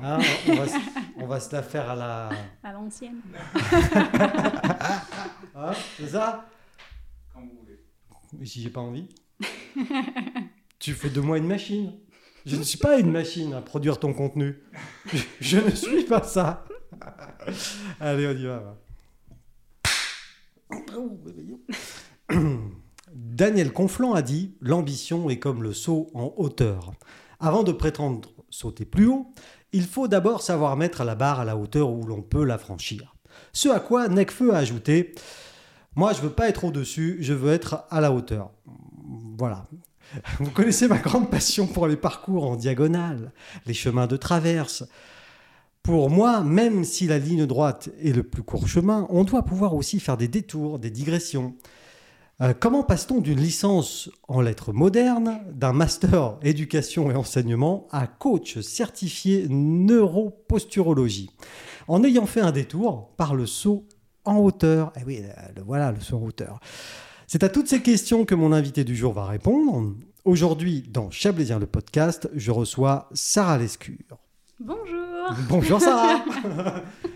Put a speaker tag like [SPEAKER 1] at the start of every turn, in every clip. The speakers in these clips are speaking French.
[SPEAKER 1] Hein, on, on va se, on va se la faire à la.
[SPEAKER 2] à l'ancienne.
[SPEAKER 1] Hein, c'est ça
[SPEAKER 3] Quand vous voulez.
[SPEAKER 1] Mais si j'ai pas envie. tu fais de moi une machine. Je ne suis pas une machine à produire ton contenu. Je, je ne suis pas ça. Allez, on y va. va. Daniel Conflant a dit L'ambition est comme le saut en hauteur. Avant de prétendre sauter plus haut, il faut d'abord savoir mettre la barre à la hauteur où l'on peut la franchir. Ce à quoi Necfeu a ajouté Moi, je veux pas être au-dessus, je veux être à la hauteur. Voilà. Vous connaissez ma grande passion pour les parcours en diagonale, les chemins de traverse. Pour moi, même si la ligne droite est le plus court chemin, on doit pouvoir aussi faire des détours, des digressions. Euh, comment passe-t-on d'une licence en lettres modernes, d'un master éducation et enseignement à coach certifié neuroposturologie En ayant fait un détour par le saut en hauteur. Eh oui, euh, le voilà, le saut en hauteur. C'est à toutes ces questions que mon invité du jour va répondre. Aujourd'hui, dans Chablaisien le podcast, je reçois Sarah Lescure.
[SPEAKER 2] Bonjour.
[SPEAKER 1] Bonjour Sarah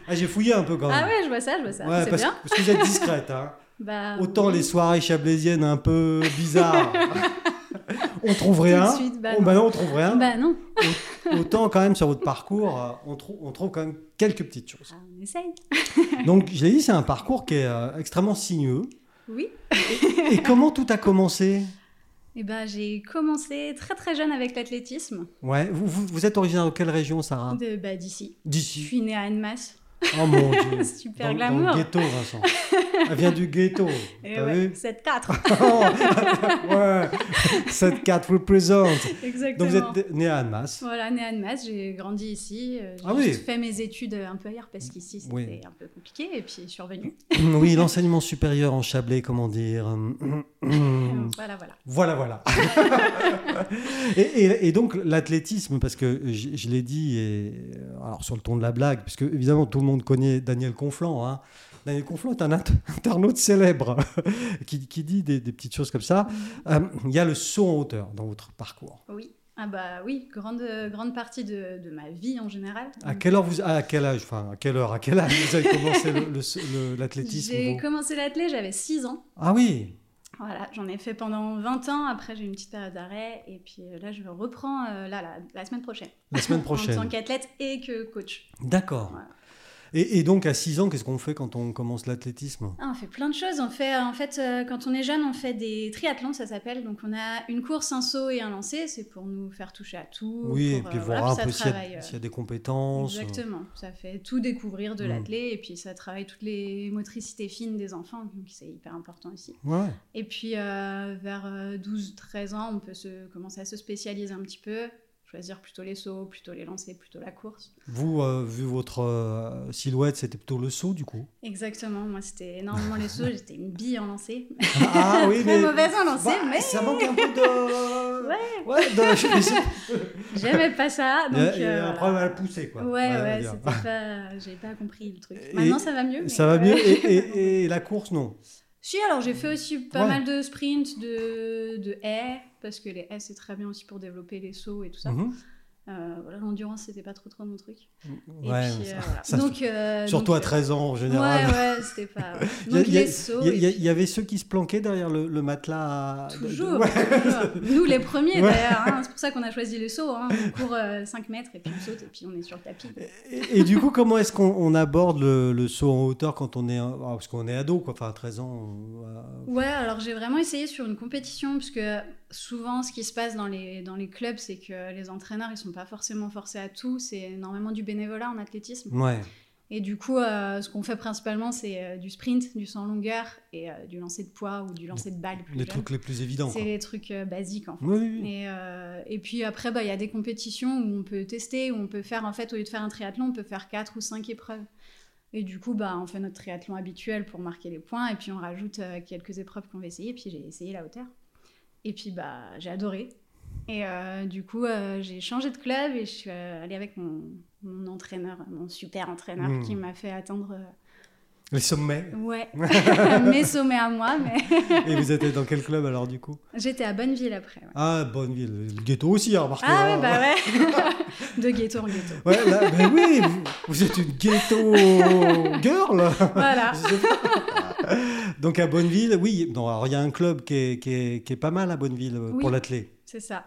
[SPEAKER 1] Ah, J'ai fouillé un peu quand même.
[SPEAKER 2] Ah ouais, je vois ça, je vois ça.
[SPEAKER 1] Ouais,
[SPEAKER 2] c'est
[SPEAKER 1] parce,
[SPEAKER 2] bien.
[SPEAKER 1] parce que vous êtes discrète. hein.
[SPEAKER 2] Bah,
[SPEAKER 1] Autant les soirées chablaisiennes un peu bizarres, on trouve
[SPEAKER 2] Tout de
[SPEAKER 1] rien.
[SPEAKER 2] suite, bah
[SPEAKER 1] Oh, bah non, on trouve rien.
[SPEAKER 2] Bah non.
[SPEAKER 1] Autant quand même sur votre parcours, euh, on, trou- on trouve quand même quelques petites choses.
[SPEAKER 2] Ah, on essaye.
[SPEAKER 1] Donc, je l'ai dit, c'est un parcours qui est euh, extrêmement sinueux.
[SPEAKER 2] Oui.
[SPEAKER 1] Et comment tout a commencé
[SPEAKER 2] Et ben j'ai commencé très très jeune avec l'athlétisme
[SPEAKER 1] Ouais, vous, vous, vous êtes originaire de quelle région, Sarah
[SPEAKER 2] de bah d'ici. Je
[SPEAKER 1] D'ici.
[SPEAKER 2] suis née à Annemasse.
[SPEAKER 1] Oh mon dieu.
[SPEAKER 2] Super
[SPEAKER 1] Dans- Dans,
[SPEAKER 2] glamour.
[SPEAKER 1] le ghetto, Vincent. Elle vient du ghetto.
[SPEAKER 2] Et
[SPEAKER 1] T'as
[SPEAKER 2] ouais,
[SPEAKER 1] vu
[SPEAKER 2] 7-4.
[SPEAKER 1] Ouais. Cette carte représente. Donc,
[SPEAKER 2] Exactement.
[SPEAKER 1] vous êtes né à Annemasse.
[SPEAKER 2] Voilà, née à Annemasse, j'ai grandi ici. euh, J'ai
[SPEAKER 1] Ah oui.
[SPEAKER 2] juste fait mes études euh, un peu ailleurs parce qu'ici c'était
[SPEAKER 1] Oui.
[SPEAKER 2] un peu compliqué et puis je suis revenue.
[SPEAKER 1] Oui, l'enseignement supérieur en Chablais, comment dire. Mmh.
[SPEAKER 2] Euh, Voilà, voilà.
[SPEAKER 1] Voilà, voilà. et, et- et donc l'athlétisme, parce que je, je l'ai dit, et, euh, alors sur le ton de la blague, puisque évidemment tout le monde connaît Daniel Conflant. hein. Daniel Conflant est un int- internaute célèbre qui, qui dit des, des petites choses comme ça. Euh, Il y a le saut en hauteur dans votre parcours.
[SPEAKER 2] Oui. Ah bah oui, grande, grande partie de, de ma vie en général.
[SPEAKER 1] À quelle heure vous, à quel âge, enfin à quelle heure, à quel âge vous avez commencé le- le- le- l'athlétisme
[SPEAKER 2] J'ai
[SPEAKER 1] vous
[SPEAKER 2] commencé l'athlé, j'avais 6 ans.
[SPEAKER 1] Ah oui,
[SPEAKER 2] Voilà, j'en ai fait pendant 20 ans. Après, j'ai eu une petite période d'arrêt. Et puis euh, là, je reprends euh, là, la, la semaine prochaine.
[SPEAKER 1] la semaine
[SPEAKER 2] En tant
[SPEAKER 1] prochaine.
[SPEAKER 2] qu'athlète et que coach.
[SPEAKER 1] D'accord.
[SPEAKER 2] Voilà.
[SPEAKER 1] Et, et donc à 6 ans, qu'est-ce qu'on fait quand on commence l'athlétisme
[SPEAKER 2] Ah, on fait plein de choses. On fait, euh, en fait, euh, quand on est jeune, on fait des triathlons, ça s'appelle. Donc, on a une course, un saut et un lancer. C'est pour nous faire toucher à tout.
[SPEAKER 1] Oui, et
[SPEAKER 2] pour,
[SPEAKER 1] puis
[SPEAKER 2] euh,
[SPEAKER 1] voir
[SPEAKER 2] voilà,
[SPEAKER 1] un
[SPEAKER 2] ça
[SPEAKER 1] peu s'il y,
[SPEAKER 2] travaille,
[SPEAKER 1] a-
[SPEAKER 2] euh,
[SPEAKER 1] s'il y a des compétences.
[SPEAKER 2] Exactement, ça fait tout découvrir de
[SPEAKER 1] euh. Mm.
[SPEAKER 2] l'athlé et puis ça travaille toutes les motricités fines des enfants, donc c'est hyper important aussi.
[SPEAKER 1] Ouais.
[SPEAKER 2] Et puis, euh, vers 12-13 ans, on peut se, commencer à se spécialiser un petit peu, choisir plutôt les sauts, plutôt les lancers, plutôt la course.
[SPEAKER 1] Vous, euh, vu votre euh, silhouette, c'était plutôt le saut du coup.
[SPEAKER 2] Exactement, moi c'était énormément les sauts, j'étais une bille en lancer.
[SPEAKER 1] Ah oui,
[SPEAKER 2] Très mauvaise en lancer,
[SPEAKER 1] Bah,
[SPEAKER 2] mais
[SPEAKER 1] Ça manque un peu de.
[SPEAKER 2] Ouais.
[SPEAKER 1] de- je- je-
[SPEAKER 2] j'aimais pas ça.
[SPEAKER 1] Il
[SPEAKER 2] Donc,
[SPEAKER 1] y a, il y a
[SPEAKER 2] euh,
[SPEAKER 1] un
[SPEAKER 2] voilà.
[SPEAKER 1] problème à le pousser quoi.
[SPEAKER 2] Ouais,
[SPEAKER 1] on va
[SPEAKER 2] ouais,
[SPEAKER 1] dire.
[SPEAKER 2] c'était pas. J'ai pas compris le truc.
[SPEAKER 1] Et-
[SPEAKER 2] Maintenant ça va mieux. mais,
[SPEAKER 1] Ça va
[SPEAKER 2] euh,
[SPEAKER 1] mieux. Et, et- et la course, non.
[SPEAKER 2] Si, alors j'ai fait aussi pas
[SPEAKER 1] Ouais.
[SPEAKER 2] mal de sprints, de, de haies, parce que les haies c'est très bien aussi pour développer les sauts et tout ça.
[SPEAKER 1] Mhm.
[SPEAKER 2] Euh, voilà, L'endurance c'était pas trop trop mon truc. Et
[SPEAKER 1] Ouais,
[SPEAKER 2] puis,
[SPEAKER 1] ça-
[SPEAKER 2] euh, voilà.
[SPEAKER 1] ça-
[SPEAKER 2] donc, euh,
[SPEAKER 1] Surtout
[SPEAKER 2] donc,
[SPEAKER 1] à 13 ans en général.
[SPEAKER 2] Ouais, ouais, c'était pas.
[SPEAKER 1] Il y a-
[SPEAKER 2] Donc
[SPEAKER 1] il y a-
[SPEAKER 2] les sauts.
[SPEAKER 1] Il y a-
[SPEAKER 2] et
[SPEAKER 1] il y, a-
[SPEAKER 2] puis-
[SPEAKER 1] il y avait ceux qui se planquaient derrière le, le matelas. à- de- de-
[SPEAKER 2] Toujours,
[SPEAKER 1] Ouais.
[SPEAKER 2] toujours. Nous les premiers
[SPEAKER 1] Ouais.
[SPEAKER 2] d'ailleurs. hein. C'est pour ça qu'on a choisi les sauts. hein. On court 5 mètres et puis on saute et puis on est sur le tapis.
[SPEAKER 1] Et, et du coup, comment est-ce qu'on on aborde le, le saut en hauteur quand on est un- ah, parce qu'on est ado quoi, enfin à 13 ans. on- euh,
[SPEAKER 2] Ouais, alors j'ai vraiment essayé sur une compétition parce que souvent ce qui se passe dans les, dans les clubs, c'est que les entraîneurs ils sont pas forcément forcés à tout. C'est énormément du bénévolat en athlétisme.
[SPEAKER 1] Ouais.
[SPEAKER 2] Et du coup, euh, ce qu'on fait principalement, c'est euh, du sprint, du sans longueur et euh, du lancer de poids ou du lancer de balle. plus
[SPEAKER 1] Les
[SPEAKER 2] jeune.
[SPEAKER 1] trucs les plus évidents.
[SPEAKER 2] C'est
[SPEAKER 1] quoi.
[SPEAKER 2] les trucs euh, basiques en fait.
[SPEAKER 1] Oui, oui, oui.
[SPEAKER 2] Et, euh, et puis après, bah, il y a des compétitions où on peut tester, où on peut faire, en fait, au lieu de faire un triathlon, on peut faire quatre ou cinq épreuves. Et du coup, bah, on fait notre triathlon habituel pour marquer les points, et puis on rajoute euh, quelques épreuves qu'on va essayer, puis j'ai essayé la hauteur. Et puis bah, j'ai adoré. Et euh, du coup, euh, j'ai changé de club et je suis euh, allée avec mon, mon entraîneur, mon super entraîneur,
[SPEAKER 1] Mm.
[SPEAKER 2] qui m'a fait atteindre euh,
[SPEAKER 1] Les sommets.
[SPEAKER 2] ouais, mes sommets à moi. Mais
[SPEAKER 1] Et vous étiez dans quel club alors du coup
[SPEAKER 2] j'étais à Bonneville après. ouais.
[SPEAKER 1] Ah, Bonneville. Le ghetto aussi, remarquez.
[SPEAKER 2] Ah
[SPEAKER 1] hein.
[SPEAKER 2] ouais, bah ouais. De ghetto en ghetto.
[SPEAKER 1] Ouais, là, mais oui, vous, vous êtes une ghetto girl.
[SPEAKER 2] Voilà.
[SPEAKER 1] Donc à Bonneville, oui, non, alors il y a un club qui est, qui est- qui est pas mal à Bonneville euh, pour
[SPEAKER 2] Oui.
[SPEAKER 1] l'athlé.
[SPEAKER 2] C'est ça.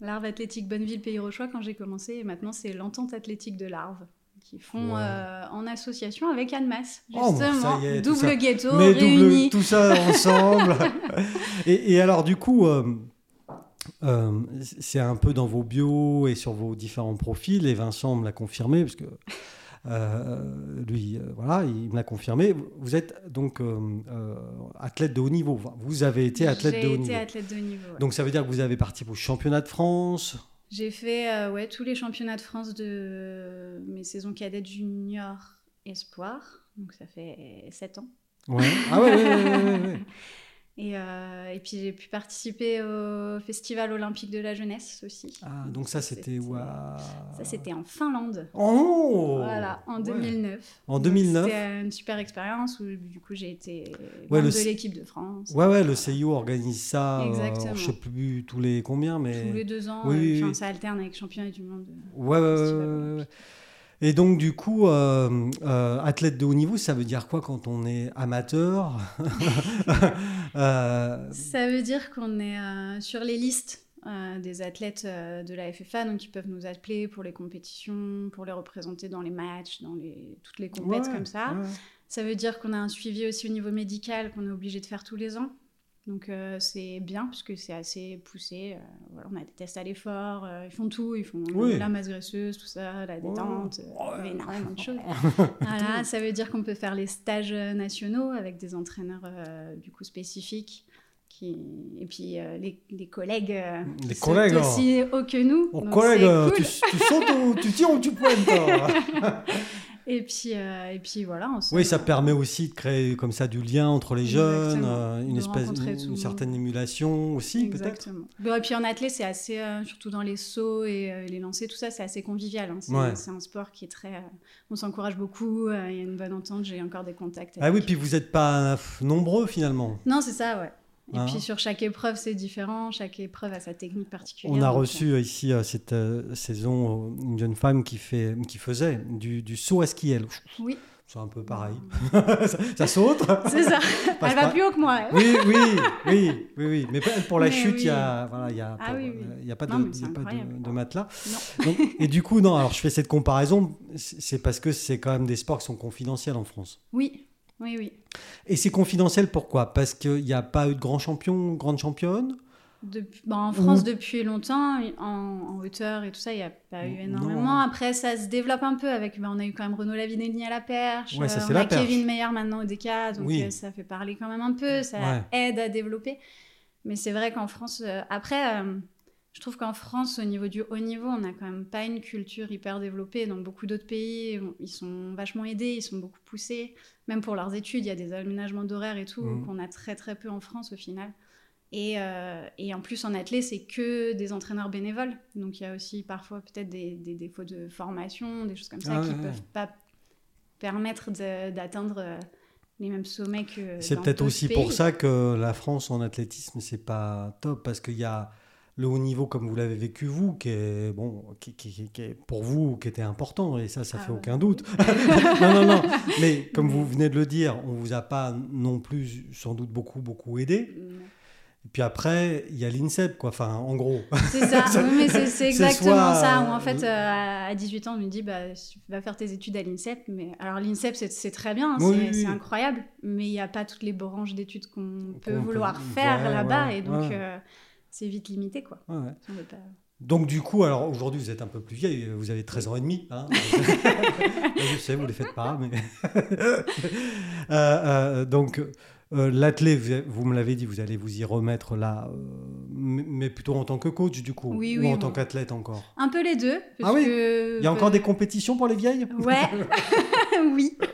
[SPEAKER 2] L'Arve Athlétique Bonneville Pays Rochois quand j'ai commencé et maintenant c'est l'entente athlétique de l'Arve qui font
[SPEAKER 1] Wow.
[SPEAKER 2] euh, en association avec Annemasse
[SPEAKER 1] Oh, bon, ça
[SPEAKER 2] justement
[SPEAKER 1] y est, tout
[SPEAKER 2] double
[SPEAKER 1] ça.
[SPEAKER 2] ghetto
[SPEAKER 1] Mais
[SPEAKER 2] réuni.
[SPEAKER 1] double, tout ça ensemble. et, et alors, du coup, euh, euh, c'est un peu dans vos bios et sur vos différents profils, et Vincent me l'a confirmé, parce que euh, lui, euh, voilà, il me l'a confirmé. Vous êtes donc euh, euh, athlète de haut niveau. Enfin, Vous avez été athlète de haut
[SPEAKER 2] J'ai été
[SPEAKER 1] niveau.
[SPEAKER 2] athlète de haut niveau. ouais.
[SPEAKER 1] Donc, ça veut dire que vous avez participé au championnat de France.
[SPEAKER 2] J'ai fait euh, ouais, tous les championnats de France de mes saisons cadettes junior espoir. Donc ça fait 7 ans.
[SPEAKER 1] Ouais. Ah ouais, ouais, ouais, ouais, ouais, ouais.
[SPEAKER 2] Et, euh, et puis j'ai pu participer au Festival olympique de la jeunesse aussi.
[SPEAKER 1] Ah, donc ça, c'était. ouah.
[SPEAKER 2] Ça c'était en Finlande.
[SPEAKER 1] Ah. Oh
[SPEAKER 2] Voilà, en
[SPEAKER 1] Ouais.
[SPEAKER 2] 2009.
[SPEAKER 1] En
[SPEAKER 2] Donc,
[SPEAKER 1] 2009.
[SPEAKER 2] C'était une super expérience où du coup j'ai été
[SPEAKER 1] Ouais,
[SPEAKER 2] membre
[SPEAKER 1] le
[SPEAKER 2] de
[SPEAKER 1] C-
[SPEAKER 2] l'équipe de France.
[SPEAKER 1] Ouais, ouais, le CIO organise ça, euh, alors, je sais
[SPEAKER 2] Exactement.
[SPEAKER 1] plus tous les combien, mais...
[SPEAKER 2] Tous les deux ans,
[SPEAKER 1] Oui,
[SPEAKER 2] euh,
[SPEAKER 1] oui,
[SPEAKER 2] enfin,
[SPEAKER 1] oui.
[SPEAKER 2] ça alterne avec championnat du monde. euh.
[SPEAKER 1] Ouais, ouais, ouais,
[SPEAKER 2] Festival
[SPEAKER 1] ouais, ouais,
[SPEAKER 2] olympique.
[SPEAKER 1] ouais. Et donc, du coup, euh, euh, athlète de haut niveau, ça veut dire quoi quand on est amateur Euh,
[SPEAKER 2] Ça veut dire qu'on est euh, sur les listes euh, des athlètes euh, de la FFA, donc ils peuvent nous appeler pour les compétitions, pour les représenter dans les matchs, dans les... toutes les compètes
[SPEAKER 1] ouais,
[SPEAKER 2] comme ça.
[SPEAKER 1] ouais.
[SPEAKER 2] Ça veut dire qu'on a un suivi aussi au niveau médical qu'on est obligé de faire tous les ans. Donc euh, c'est bien parce que c'est assez poussé. euh, voilà, on a des tests à l'effort, euh, ils font tout, ils font
[SPEAKER 1] Oui.
[SPEAKER 2] la masse graisseuse, tout ça, la détente,
[SPEAKER 1] Ouais.
[SPEAKER 2] euh, énormément de choses. voilà, ça veut dire qu'on peut faire les stages euh, nationaux avec des entraîneurs euh, du coup spécifiques. Qui... Et puis euh, les, les collègues, euh,
[SPEAKER 1] Les
[SPEAKER 2] qui sont
[SPEAKER 1] collègues, alors.
[SPEAKER 2] aussi hauts que nous.
[SPEAKER 1] Bon,
[SPEAKER 2] donc
[SPEAKER 1] collègue,
[SPEAKER 2] c'est
[SPEAKER 1] euh,
[SPEAKER 2] cool.
[SPEAKER 1] tu, tu sautes ou tu tires ou tu pointes toi.
[SPEAKER 2] Et puis euh, et puis voilà. on se-
[SPEAKER 1] Oui, ça permet aussi de créer comme ça du lien entre les jeunes,
[SPEAKER 2] Exactement.
[SPEAKER 1] euh, une
[SPEAKER 2] De
[SPEAKER 1] espèce, une,
[SPEAKER 2] rencontrer tout le monde.
[SPEAKER 1] certaine émulation aussi, peut-être.
[SPEAKER 2] Exactement. Bon, et puis en athlète, c'est assez, euh, surtout dans les sauts et euh, les lancers, tout ça, c'est assez convivial. hein. C'est
[SPEAKER 1] Ouais.
[SPEAKER 2] c'est un sport qui est très. euh, on s'encourage beaucoup, euh, il y a une bonne entente, j'ai encore des contacts.
[SPEAKER 1] Ah oui,
[SPEAKER 2] avec-
[SPEAKER 1] puis vous n'êtes pas euh, nombreux finalement.
[SPEAKER 2] Non, c'est ça, ouais. Et
[SPEAKER 1] Ah.
[SPEAKER 2] puis sur chaque épreuve, c'est différent, chaque épreuve a sa technique particulière.
[SPEAKER 1] On a
[SPEAKER 2] donc, euh,
[SPEAKER 1] reçu euh, ici euh, cette euh, saison euh, une jeune femme qui, fait, qui faisait du, du saut à ski. Elle,
[SPEAKER 2] Oui,
[SPEAKER 1] c'est un peu pareil.
[SPEAKER 2] Mmh.
[SPEAKER 1] ça, ça saute.
[SPEAKER 2] c'est ça.
[SPEAKER 1] Passe
[SPEAKER 2] Elle va
[SPEAKER 1] pas.
[SPEAKER 2] plus haut que moi. elle.
[SPEAKER 1] Oui, oui, oui, oui, oui. Mais pas- pour la
[SPEAKER 2] Mais
[SPEAKER 1] chute, il y a,
[SPEAKER 2] oui.
[SPEAKER 1] voilà, il y a,
[SPEAKER 2] Ah
[SPEAKER 1] pour-
[SPEAKER 2] oui, oui.
[SPEAKER 1] euh, il y a pas de,
[SPEAKER 2] Non, mais
[SPEAKER 1] il
[SPEAKER 2] c'est
[SPEAKER 1] y a pas de-
[SPEAKER 2] incroyable.
[SPEAKER 1] de matelas.
[SPEAKER 2] Non.
[SPEAKER 1] Donc, et du coup, non. Alors, je fais cette comparaison, c'est c'est parce que c'est quand même des sports qui sont confidentiels en France.
[SPEAKER 2] Oui, oui, oui.
[SPEAKER 1] Et c'est confidentiel pourquoi Parce qu'il n'y a pas eu de grand champion, grande championne.
[SPEAKER 2] Depuis- bah, en France,
[SPEAKER 1] Ou-
[SPEAKER 2] depuis longtemps, en, en hauteur et tout ça, il n'y a pas eu
[SPEAKER 1] Non.
[SPEAKER 2] énormément. Après, ça se développe un peu. Avec, bah, on a eu quand même Renaud Lavinelli à la perche.
[SPEAKER 1] Ouais, ça,
[SPEAKER 2] euh,
[SPEAKER 1] c'est
[SPEAKER 2] on
[SPEAKER 1] la
[SPEAKER 2] a
[SPEAKER 1] perche.
[SPEAKER 2] Kevin Meyer maintenant au DK. Donc,
[SPEAKER 1] Oui.
[SPEAKER 2] euh, ça fait parler quand même un peu. Ça
[SPEAKER 1] Ouais.
[SPEAKER 2] aide à développer. Mais c'est vrai qu'en France... euh, après, euh, je trouve qu'en France, au niveau du haut niveau, on n'a quand même pas une culture hyper développée. Dans beaucoup d'autres pays, on- ils sont vachement aidés, ils sont beaucoup poussés. Même pour leurs études, il y a des aménagements d'horaire et tout,
[SPEAKER 1] Mhm.
[SPEAKER 2] qu'on a très très peu en France au final. Et, euh, et en plus, en athlée, c'est que des entraîneurs bénévoles. Donc il y a aussi parfois peut-être des, des défauts de formation, des choses comme ça,
[SPEAKER 1] Ah
[SPEAKER 2] qui ne
[SPEAKER 1] ouais,
[SPEAKER 2] peuvent pas permettre de- d'atteindre euh, les mêmes sommets que.
[SPEAKER 1] C'est
[SPEAKER 2] euh, dans
[SPEAKER 1] peut-être
[SPEAKER 2] d'autres
[SPEAKER 1] aussi
[SPEAKER 2] pays.
[SPEAKER 1] pour ça que la France en athlétisme, c'est pas top, parce qu'il y a le haut niveau, comme vous l'avez vécu vous, qui est, bon, qui, qui- qui- qui est pour vous, qui était important, et ça, ça
[SPEAKER 2] Ah
[SPEAKER 1] fait
[SPEAKER 2] ouais.
[SPEAKER 1] aucun doute. non, non, non. Mais comme vous venez de le dire, on vous a pas non plus, sans doute, beaucoup, beaucoup aidé. Et puis après, il y a l'INSEP, quoi. Enfin, en gros.
[SPEAKER 2] C'est ça, oui, mais c'est- c'est
[SPEAKER 1] C'est
[SPEAKER 2] exactement
[SPEAKER 1] soit,
[SPEAKER 2] ça.
[SPEAKER 1] euh,
[SPEAKER 2] Où en fait,
[SPEAKER 1] le-
[SPEAKER 2] euh, à 18 ans, on me dit bah, tu vas faire tes études à l'INSEP. Mais... Alors, l'INSEP, c'est- c'est très bien, hein,
[SPEAKER 1] Oui,
[SPEAKER 2] c'est
[SPEAKER 1] oui,
[SPEAKER 2] c'est
[SPEAKER 1] oui.
[SPEAKER 2] incroyable, mais il n'y a pas toutes les branches d'études qu'on peut
[SPEAKER 1] Qu'on peut-
[SPEAKER 2] vouloir faire
[SPEAKER 1] ouais,
[SPEAKER 2] là-bas.
[SPEAKER 1] ouais,
[SPEAKER 2] et donc,
[SPEAKER 1] ouais.
[SPEAKER 2] euh, c'est vite limité, quoi.
[SPEAKER 1] Ouais, ouais.
[SPEAKER 2] On veut pas-
[SPEAKER 1] Donc, du coup, alors aujourd'hui, vous êtes un peu plus vieille, vous avez 13 ans et demi. hein. Je sais, vous ne les faites pas, mais. Euh, euh, donc, euh, l'athlète, vous, vous me l'avez dit, vous allez vous y remettre là, euh, mais, mais plutôt en tant que coach, du coup,
[SPEAKER 2] Oui,
[SPEAKER 1] ou
[SPEAKER 2] oui,
[SPEAKER 1] en
[SPEAKER 2] oui.
[SPEAKER 1] tant qu'athlète encore.
[SPEAKER 2] Un peu les deux.
[SPEAKER 1] Ah
[SPEAKER 2] Parce
[SPEAKER 1] oui
[SPEAKER 2] que, euh,
[SPEAKER 1] Il y a encore des compétitions pour les vieilles
[SPEAKER 2] Ouais, oui.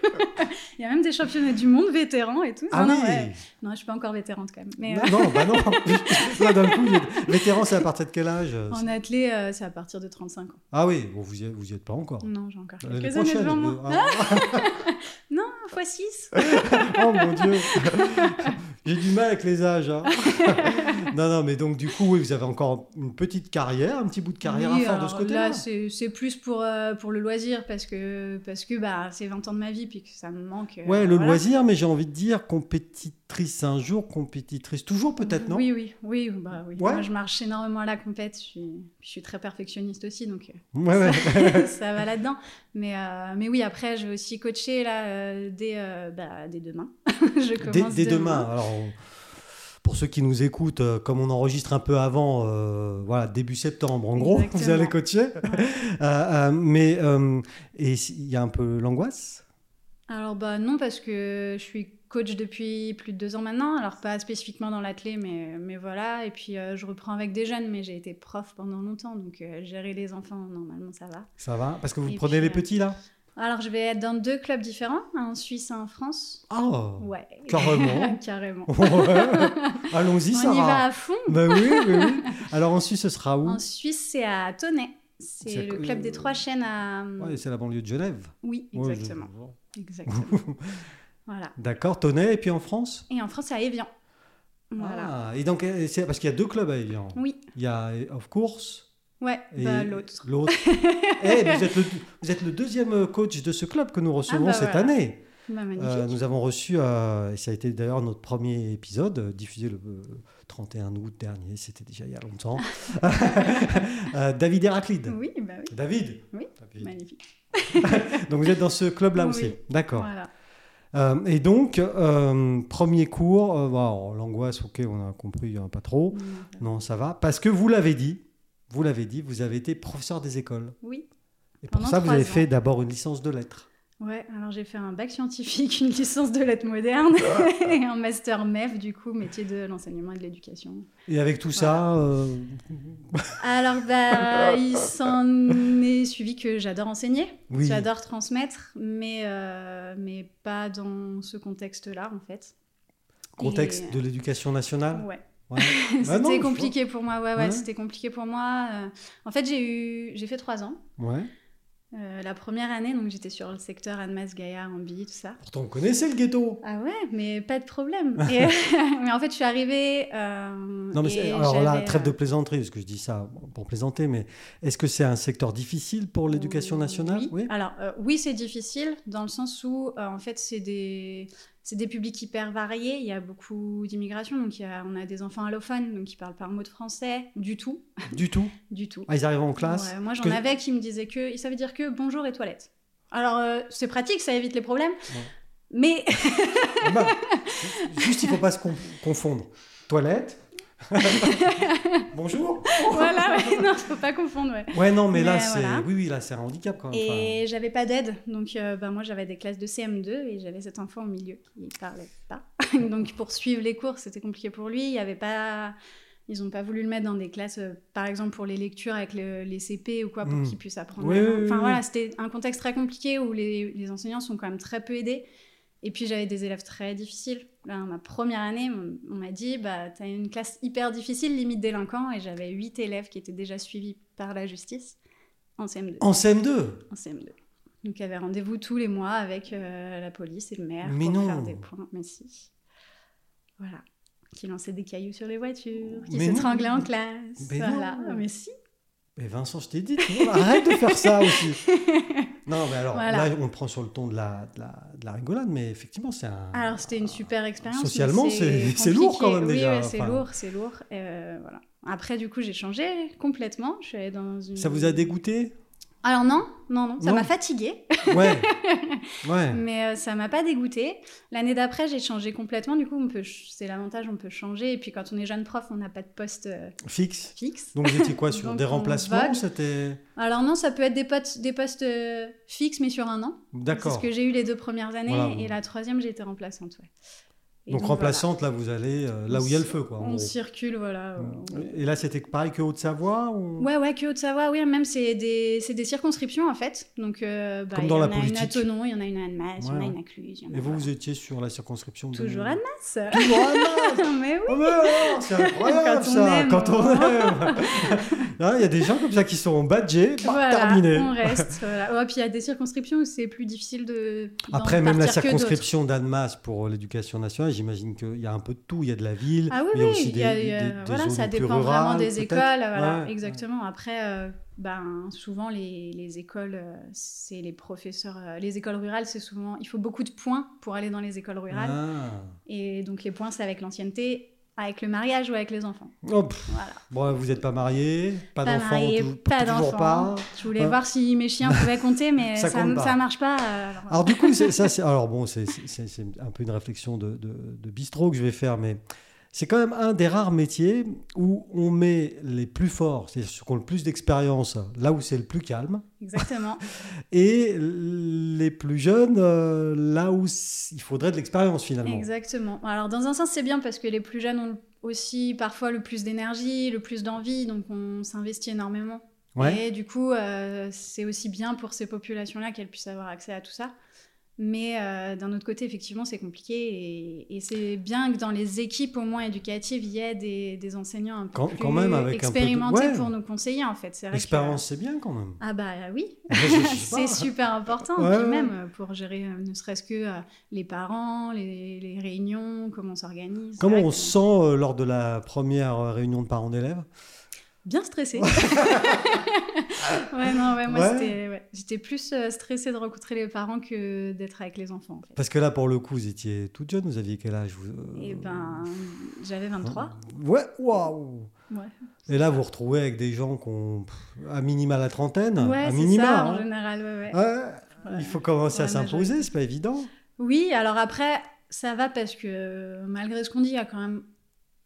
[SPEAKER 2] Il y a même des championnats du monde vétérans et tout.
[SPEAKER 1] Ah
[SPEAKER 2] non,
[SPEAKER 1] oui
[SPEAKER 2] non, ouais. non, je suis pas encore vétérante quand même. Mais euh,
[SPEAKER 1] non, non, bah non Là, d'un coup, j'ai- vétéran, c'est à partir de quel âge
[SPEAKER 2] en athlé, euh, c'est à partir de 35 ans.
[SPEAKER 1] Ah oui, bon, vous n'y vous y êtes pas encore.
[SPEAKER 2] Non, j'ai encore
[SPEAKER 1] L'année
[SPEAKER 2] quelques années
[SPEAKER 1] prochaine,
[SPEAKER 2] devant moi.
[SPEAKER 1] euh, ah,
[SPEAKER 2] Fois 6
[SPEAKER 1] Oh mon dieu J'ai du mal avec les âges. hein. non, non, mais donc du coup, oui, vous avez encore une petite carrière, un petit bout de carrière
[SPEAKER 2] Oui,
[SPEAKER 1] à faire de
[SPEAKER 2] alors
[SPEAKER 1] ce côté-là.
[SPEAKER 2] Là, c'est c'est plus pour, euh, pour le loisir parce que, parce que bah, c'est 20 ans de ma vie puis que ça me manque. euh,
[SPEAKER 1] Ouais, le
[SPEAKER 2] voilà.
[SPEAKER 1] loisir, mais j'ai envie de dire compétitrice un jour, compétitrice toujours peut-être, non
[SPEAKER 2] Oui, oui, oui. bah oui.
[SPEAKER 1] Ouais.
[SPEAKER 2] Moi, je marche énormément à la compète. Je suis, je suis très perfectionniste aussi, donc euh,
[SPEAKER 1] Ouais, ouais.
[SPEAKER 2] ça va là-dedans. Mais, euh, mais oui, après, je vais aussi coacher là, euh, dès, euh, bah, dès demain. je
[SPEAKER 1] Dès,
[SPEAKER 2] commence
[SPEAKER 1] dès demain. Alors, on- pour ceux qui nous écoutent, euh, comme on enregistre un peu avant, euh, voilà, début septembre, en gros, vous
[SPEAKER 2] Exactement.
[SPEAKER 1] allez coacher. Euh, euh, mais euh, et s- il y a un peu l'angoisse.
[SPEAKER 2] Alors, bah non, parce que je suis coach depuis plus de deux ans maintenant. Alors, pas spécifiquement dans l'athlé, mais, mais voilà. Et puis, euh, je reprends avec des jeunes, mais j'ai été prof pendant longtemps. Donc, euh, gérer les enfants, normalement, ça va.
[SPEAKER 1] Ça va Parce que vous
[SPEAKER 2] Et
[SPEAKER 1] prenez
[SPEAKER 2] puis,
[SPEAKER 1] les
[SPEAKER 2] euh,
[SPEAKER 1] petits là
[SPEAKER 2] Alors, je vais être dans deux clubs différents, en Suisse et en France.
[SPEAKER 1] Ah
[SPEAKER 2] Ouais.
[SPEAKER 1] Carrément.
[SPEAKER 2] Carrément.
[SPEAKER 1] Ouais. Allons-y,
[SPEAKER 2] On y va
[SPEAKER 1] Sarah.
[SPEAKER 2] à fond.
[SPEAKER 1] Ben oui, oui, oui. Alors ensuite, ce sera où
[SPEAKER 2] En Suisse, c'est à Tonnet.
[SPEAKER 1] C'est
[SPEAKER 2] C'est le
[SPEAKER 1] co-
[SPEAKER 2] club des trois chaînes à.
[SPEAKER 1] Ouais, C'est la banlieue de Genève.
[SPEAKER 2] Oui,
[SPEAKER 1] Ouais, je-
[SPEAKER 2] exactement. Exactement. voilà.
[SPEAKER 1] D'accord, Tonnet, et puis en France
[SPEAKER 2] Et en France, c'est à Evian. Voilà.
[SPEAKER 1] Ah, et donc, euh, c'est- parce qu'il y a deux clubs à Evian.
[SPEAKER 2] Oui,
[SPEAKER 1] Il y a euh, Of Course
[SPEAKER 2] ouais,
[SPEAKER 1] Et
[SPEAKER 2] bah, l'autre.
[SPEAKER 1] L'autre. Eh, mais vous, êtes le, vous êtes le deuxième euh, coach de ce club que nous recevons
[SPEAKER 2] bah
[SPEAKER 1] cette
[SPEAKER 2] voilà.
[SPEAKER 1] année.
[SPEAKER 2] Bah, magnifique.
[SPEAKER 1] Euh, nous avons reçu, euh, et ça a été d'ailleurs notre premier épisode, euh, diffusé le euh, 31 août dernier, c'était déjà il y a longtemps, Euh, David Héraclide.
[SPEAKER 2] Oui, bah oui,
[SPEAKER 1] David
[SPEAKER 2] Oui.
[SPEAKER 1] David.
[SPEAKER 2] magnifique.
[SPEAKER 1] Donc vous êtes dans ce club-là
[SPEAKER 2] Oui.
[SPEAKER 1] aussi. D'accord.
[SPEAKER 2] Voilà.
[SPEAKER 1] Euh, et donc, euh, premier cours, euh, bon, alors, l'angoisse, ok, on a compris, hein, pas trop. Non, ça va. Parce que vous l'avez dit, vous l'avez dit, vous avez été professeur des écoles.
[SPEAKER 2] Oui.
[SPEAKER 1] Et pour
[SPEAKER 2] Pendant
[SPEAKER 1] ça, vous
[SPEAKER 2] trois
[SPEAKER 1] avez
[SPEAKER 2] ans.
[SPEAKER 1] fait d'abord une licence de lettres.
[SPEAKER 2] Ouais, alors j'ai fait un bac scientifique, une licence de lettres modernes
[SPEAKER 1] Ah.
[SPEAKER 2] et un master MEF, du coup, métier de l'enseignement et de l'éducation.
[SPEAKER 1] Et avec tout ça, euh,
[SPEAKER 2] Alors, bah, il s'en est suivi que j'adore enseigner.
[SPEAKER 1] oui.
[SPEAKER 2] J'adore transmettre, mais, euh, mais pas dans ce contexte-là, en fait.
[SPEAKER 1] Contexte de l'éducation nationale.
[SPEAKER 2] Ouais.
[SPEAKER 1] Ouais. Ah
[SPEAKER 2] c'était
[SPEAKER 1] non, je
[SPEAKER 2] compliqué pour moi, ouais, ouais,
[SPEAKER 1] Ouais.
[SPEAKER 2] c'était compliqué pour moi. Euh, En fait, j'ai eu, j'ai fait trois ans.
[SPEAKER 1] Ouais.
[SPEAKER 2] Euh, la première année, donc j'étais sur le secteur Annemasse, Gaillard, Ambi, tout ça.
[SPEAKER 1] Pourtant, on connaissait le ghetto.
[SPEAKER 2] Ah ouais, mais pas de problème. Et- mais en fait, je suis arrivée. euh,
[SPEAKER 1] Non, mais
[SPEAKER 2] et
[SPEAKER 1] c'est- alors là,
[SPEAKER 2] j'avais,
[SPEAKER 1] trêve de
[SPEAKER 2] euh,
[SPEAKER 1] plaisanterie, parce que je dis ça pour plaisanter, mais est-ce que c'est un secteur difficile pour l'éducation nationale
[SPEAKER 2] euh, Oui. Alors euh, oui, c'est difficile dans le sens où euh, en fait c'est des c'est des publics hyper variés. Il y a beaucoup d'immigration, donc il y a- on a des enfants allophones, donc qui parlent pas un mot de français du tout,
[SPEAKER 1] Du tout.
[SPEAKER 2] du tout.
[SPEAKER 1] Ah, ils arrivent en classe.
[SPEAKER 2] Ouais, moi j'en
[SPEAKER 1] que-
[SPEAKER 2] avais qui me disaient que ils savaient dire que bonjour et toilette. Alors euh, c'est pratique, ça évite les problèmes, mais
[SPEAKER 1] Bah, juste, il faut pas se con- confondre. Toilette. Bonjour.
[SPEAKER 2] voilà, ouais, non, faut pas confondre. ouais.
[SPEAKER 1] Ouais, non, mais, là,
[SPEAKER 2] Mais
[SPEAKER 1] c'est.
[SPEAKER 2] voilà.
[SPEAKER 1] Oui, oui, là, c'est un handicap quand même.
[SPEAKER 2] Et j'avais pas d'aide, donc euh, bah, moi j'avais des classes de CM2 et j'avais cet enfant au milieu qui parlait pas. donc pour suivre les cours, c'était compliqué pour lui. Il y avait pas, ils ont pas voulu le mettre dans des classes, euh, par exemple pour les lectures avec le- les CP ou quoi, pour
[SPEAKER 1] Mm.
[SPEAKER 2] qu'il puisse apprendre.
[SPEAKER 1] Oui,
[SPEAKER 2] la
[SPEAKER 1] oui,
[SPEAKER 2] langue.
[SPEAKER 1] oui,
[SPEAKER 2] enfin
[SPEAKER 1] oui.
[SPEAKER 2] voilà, c'était un contexte très compliqué où les, les enseignants sont quand même très peu aidés. Et puis j'avais des élèves très difficiles. Là, ma première année, on, on m'a dit bah t'as une classe hyper difficile, limite délinquant, et j'avais huit élèves qui étaient déjà suivis par la justice en CM2
[SPEAKER 1] En CM2.
[SPEAKER 2] en CM2. Donc, il y avait rendez-vous tous les mois avec euh, la police et le maire
[SPEAKER 1] Mais
[SPEAKER 2] pour
[SPEAKER 1] non.
[SPEAKER 2] faire des points. Mais si. Voilà. Qui lançait des cailloux sur les voitures, qui
[SPEAKER 1] Mais non.
[SPEAKER 2] s'étranglait en classe.
[SPEAKER 1] Mais
[SPEAKER 2] voilà. Ah,
[SPEAKER 1] non.
[SPEAKER 2] Mais si.
[SPEAKER 1] Mais Vincent, je t'ai dit, tu vois, arrête de faire ça aussi. Non, mais alors
[SPEAKER 2] Voilà.
[SPEAKER 1] là, on le prend sur le ton de la, de la, de la rigolade, mais effectivement, c'est un.
[SPEAKER 2] Alors, c'était une super expérience. mais
[SPEAKER 1] Socialement, c'est- c'est lourd quand même,
[SPEAKER 2] compliqué.
[SPEAKER 1] déjà,
[SPEAKER 2] Oui, ouais, c'est
[SPEAKER 1] enfin.
[SPEAKER 2] lourd, c'est lourd. Euh, voilà. Après, du coup, j'ai changé complètement. Je suis allée dans une.
[SPEAKER 1] Ça vous a dégoûté
[SPEAKER 2] Alors, non, non, non. Ça
[SPEAKER 1] Non.
[SPEAKER 2] m'a fatiguée.
[SPEAKER 1] Ouais. Ouais.
[SPEAKER 2] Mais euh, ça m'a pas dégoûté. L'année d'après, j'ai changé complètement. Du coup, on peut, ch- c'est l'avantage, on peut changer. Et puis, quand on est jeune prof, on n'a pas de poste euh,
[SPEAKER 1] Fixe.
[SPEAKER 2] fixe.
[SPEAKER 1] Donc, vous étiez quoi Sur
[SPEAKER 2] Donc,
[SPEAKER 1] des
[SPEAKER 2] on
[SPEAKER 1] remplacements
[SPEAKER 2] vogue.
[SPEAKER 1] C'était.
[SPEAKER 2] Alors non, ça peut être des, potes- des postes euh, fixes, mais sur un an. C'est ce
[SPEAKER 1] D'accord.
[SPEAKER 2] que j'ai eu les deux premières années,
[SPEAKER 1] Voilà.
[SPEAKER 2] et la troisième, j'ai été remplaçante. ouais. Et
[SPEAKER 1] Donc, remplaçante, là, vous allez euh, là
[SPEAKER 2] On
[SPEAKER 1] où il y a le
[SPEAKER 2] s-
[SPEAKER 1] feu, quoi.
[SPEAKER 2] voilà,
[SPEAKER 1] en
[SPEAKER 2] on
[SPEAKER 1] gros.
[SPEAKER 2] circule, voilà. on-
[SPEAKER 1] Euh, Et là, c'était pareil que Haute-Savoie ou-
[SPEAKER 2] Ouais, ouais, que Haute-Savoie, oui, même c'est des, c'est des circonscriptions en fait. Donc, euh, bah,
[SPEAKER 1] Comme
[SPEAKER 2] il
[SPEAKER 1] dans
[SPEAKER 2] y
[SPEAKER 1] la
[SPEAKER 2] en a une à
[SPEAKER 1] politique.
[SPEAKER 2] Thonon, il y en a une à Annemasse, il y en
[SPEAKER 1] Ouais.
[SPEAKER 2] a une à Cluse. il y en a-
[SPEAKER 1] Et vous,
[SPEAKER 2] voilà.
[SPEAKER 1] vous étiez sur la circonscription de-
[SPEAKER 2] Toujours à Annemasse
[SPEAKER 1] Toujours à Annemasse
[SPEAKER 2] Mais oui
[SPEAKER 1] Oh, mais alors, c'est incroyable
[SPEAKER 2] Quand on
[SPEAKER 1] ça,
[SPEAKER 2] aime,
[SPEAKER 1] quand on
[SPEAKER 2] on-
[SPEAKER 1] aime. Là, Il y a des gens comme ça qui sont badgés, bah,
[SPEAKER 2] Voilà,
[SPEAKER 1] terminés.
[SPEAKER 2] on reste. voilà. Ouais, puis il y a des circonscriptions où c'est plus difficile de. d'en
[SPEAKER 1] Après, même la
[SPEAKER 2] partir que d'autres.
[SPEAKER 1] circonscription d'Annemasse pour euh, l'éducation nationale, j'imagine qu'il y a un peu de tout. Il y a de la ville,
[SPEAKER 2] Ah oui,
[SPEAKER 1] mais il y a
[SPEAKER 2] oui,
[SPEAKER 1] aussi
[SPEAKER 2] il
[SPEAKER 1] des,
[SPEAKER 2] y a-
[SPEAKER 1] des-
[SPEAKER 2] il y a-
[SPEAKER 1] des- des
[SPEAKER 2] voilà,
[SPEAKER 1] zones
[SPEAKER 2] ça
[SPEAKER 1] plus
[SPEAKER 2] dépend
[SPEAKER 1] rurales,
[SPEAKER 2] vraiment des
[SPEAKER 1] peut-être.
[SPEAKER 2] écoles. Voilà,
[SPEAKER 1] Ouais.
[SPEAKER 2] exactement. Après, euh, ben, souvent, les, les écoles, euh, c'est les professeurs. euh, les écoles rurales, c'est souvent. Il faut beaucoup de points pour aller dans les écoles rurales.
[SPEAKER 1] Ah.
[SPEAKER 2] Et donc, les points, c'est avec l'ancienneté, avec le mariage ou avec les enfants.
[SPEAKER 1] Oh, pff.
[SPEAKER 2] Voilà.
[SPEAKER 1] Bon, vous n'êtes pas marié, pas,
[SPEAKER 2] Pas
[SPEAKER 1] d'enfant,
[SPEAKER 2] marié,
[SPEAKER 1] tou-
[SPEAKER 2] pas
[SPEAKER 1] toujours
[SPEAKER 2] d'enfant.
[SPEAKER 1] pas.
[SPEAKER 2] Je voulais
[SPEAKER 1] Hein.
[SPEAKER 2] voir si mes chiens pouvaient compter, mais
[SPEAKER 1] Ça
[SPEAKER 2] ça,
[SPEAKER 1] compte pas.
[SPEAKER 2] ça marche pas. euh, alors,
[SPEAKER 1] Alors du coup, c'est- ça, c'est alors bon, c'est- c'est c'est- c'est un peu une réflexion de, de, de bistrot que je vais faire, mais c'est quand même un des rares métiers où on met les plus forts, c'est-à-dire ceux qui ont le plus d'expérience, là où c'est le plus calme,
[SPEAKER 2] Exactement.
[SPEAKER 1] et les plus jeunes, euh, là où s- il faudrait de l'expérience finalement.
[SPEAKER 2] Exactement. Alors dans un sens c'est bien parce que les plus jeunes ont aussi parfois le plus d'énergie, le plus d'envie, donc on s'investit énormément.
[SPEAKER 1] Ouais.
[SPEAKER 2] Et du coup euh, c'est aussi bien pour ces populations-là qu'elles puissent avoir accès à tout ça. Mais euh, d'un autre côté effectivement c'est compliqué et, et c'est bien que dans les équipes au moins éducatives il y ait des, des enseignants un peu
[SPEAKER 1] Quand-
[SPEAKER 2] plus
[SPEAKER 1] quand même, avec un peu de-
[SPEAKER 2] expérimentés
[SPEAKER 1] ouais.
[SPEAKER 2] pour nous conseiller en fait. C'est vrai que- euh,
[SPEAKER 1] L'expérience, c'est bien quand même.
[SPEAKER 2] ah bah euh, oui,
[SPEAKER 1] Je- je sais pas. hein.
[SPEAKER 2] c'est super important.
[SPEAKER 1] Ouais,
[SPEAKER 2] Puis
[SPEAKER 1] ouais.
[SPEAKER 2] même euh, pour gérer euh, ne serait-ce que euh, les parents, les, les réunions, comment on s'organise. C'est
[SPEAKER 1] Comment
[SPEAKER 2] vrai
[SPEAKER 1] on
[SPEAKER 2] que-
[SPEAKER 1] se sent euh, lors de la première euh, réunion de parents d'élèves
[SPEAKER 2] Bien stressé. ouais, non, ouais, moi
[SPEAKER 1] Ouais.
[SPEAKER 2] c'était- ouais. j'étais plus euh, stressée de rencontrer les parents que d'être avec les enfants. en fait.
[SPEAKER 1] Parce que là, pour le coup, vous étiez toute jeune, vous aviez quel âge vous, euh,
[SPEAKER 2] Et ben, j'avais 23.
[SPEAKER 1] Ouais, waouh
[SPEAKER 2] Ouais.
[SPEAKER 1] Et là, vous vous retrouvez avec des gens qui ont pff, à minima la trentaine,
[SPEAKER 2] Ouais,
[SPEAKER 1] à
[SPEAKER 2] c'est
[SPEAKER 1] minima.
[SPEAKER 2] ça,
[SPEAKER 1] hein.
[SPEAKER 2] en général. ouais, ouais.
[SPEAKER 1] Ouais,
[SPEAKER 2] Voilà.
[SPEAKER 1] Il faut commencer
[SPEAKER 2] Ouais,
[SPEAKER 1] à s'imposer,
[SPEAKER 2] majorité.
[SPEAKER 1] c'est pas évident.
[SPEAKER 2] Oui, alors après, ça va parce que euh, malgré ce qu'on dit, il y a quand même,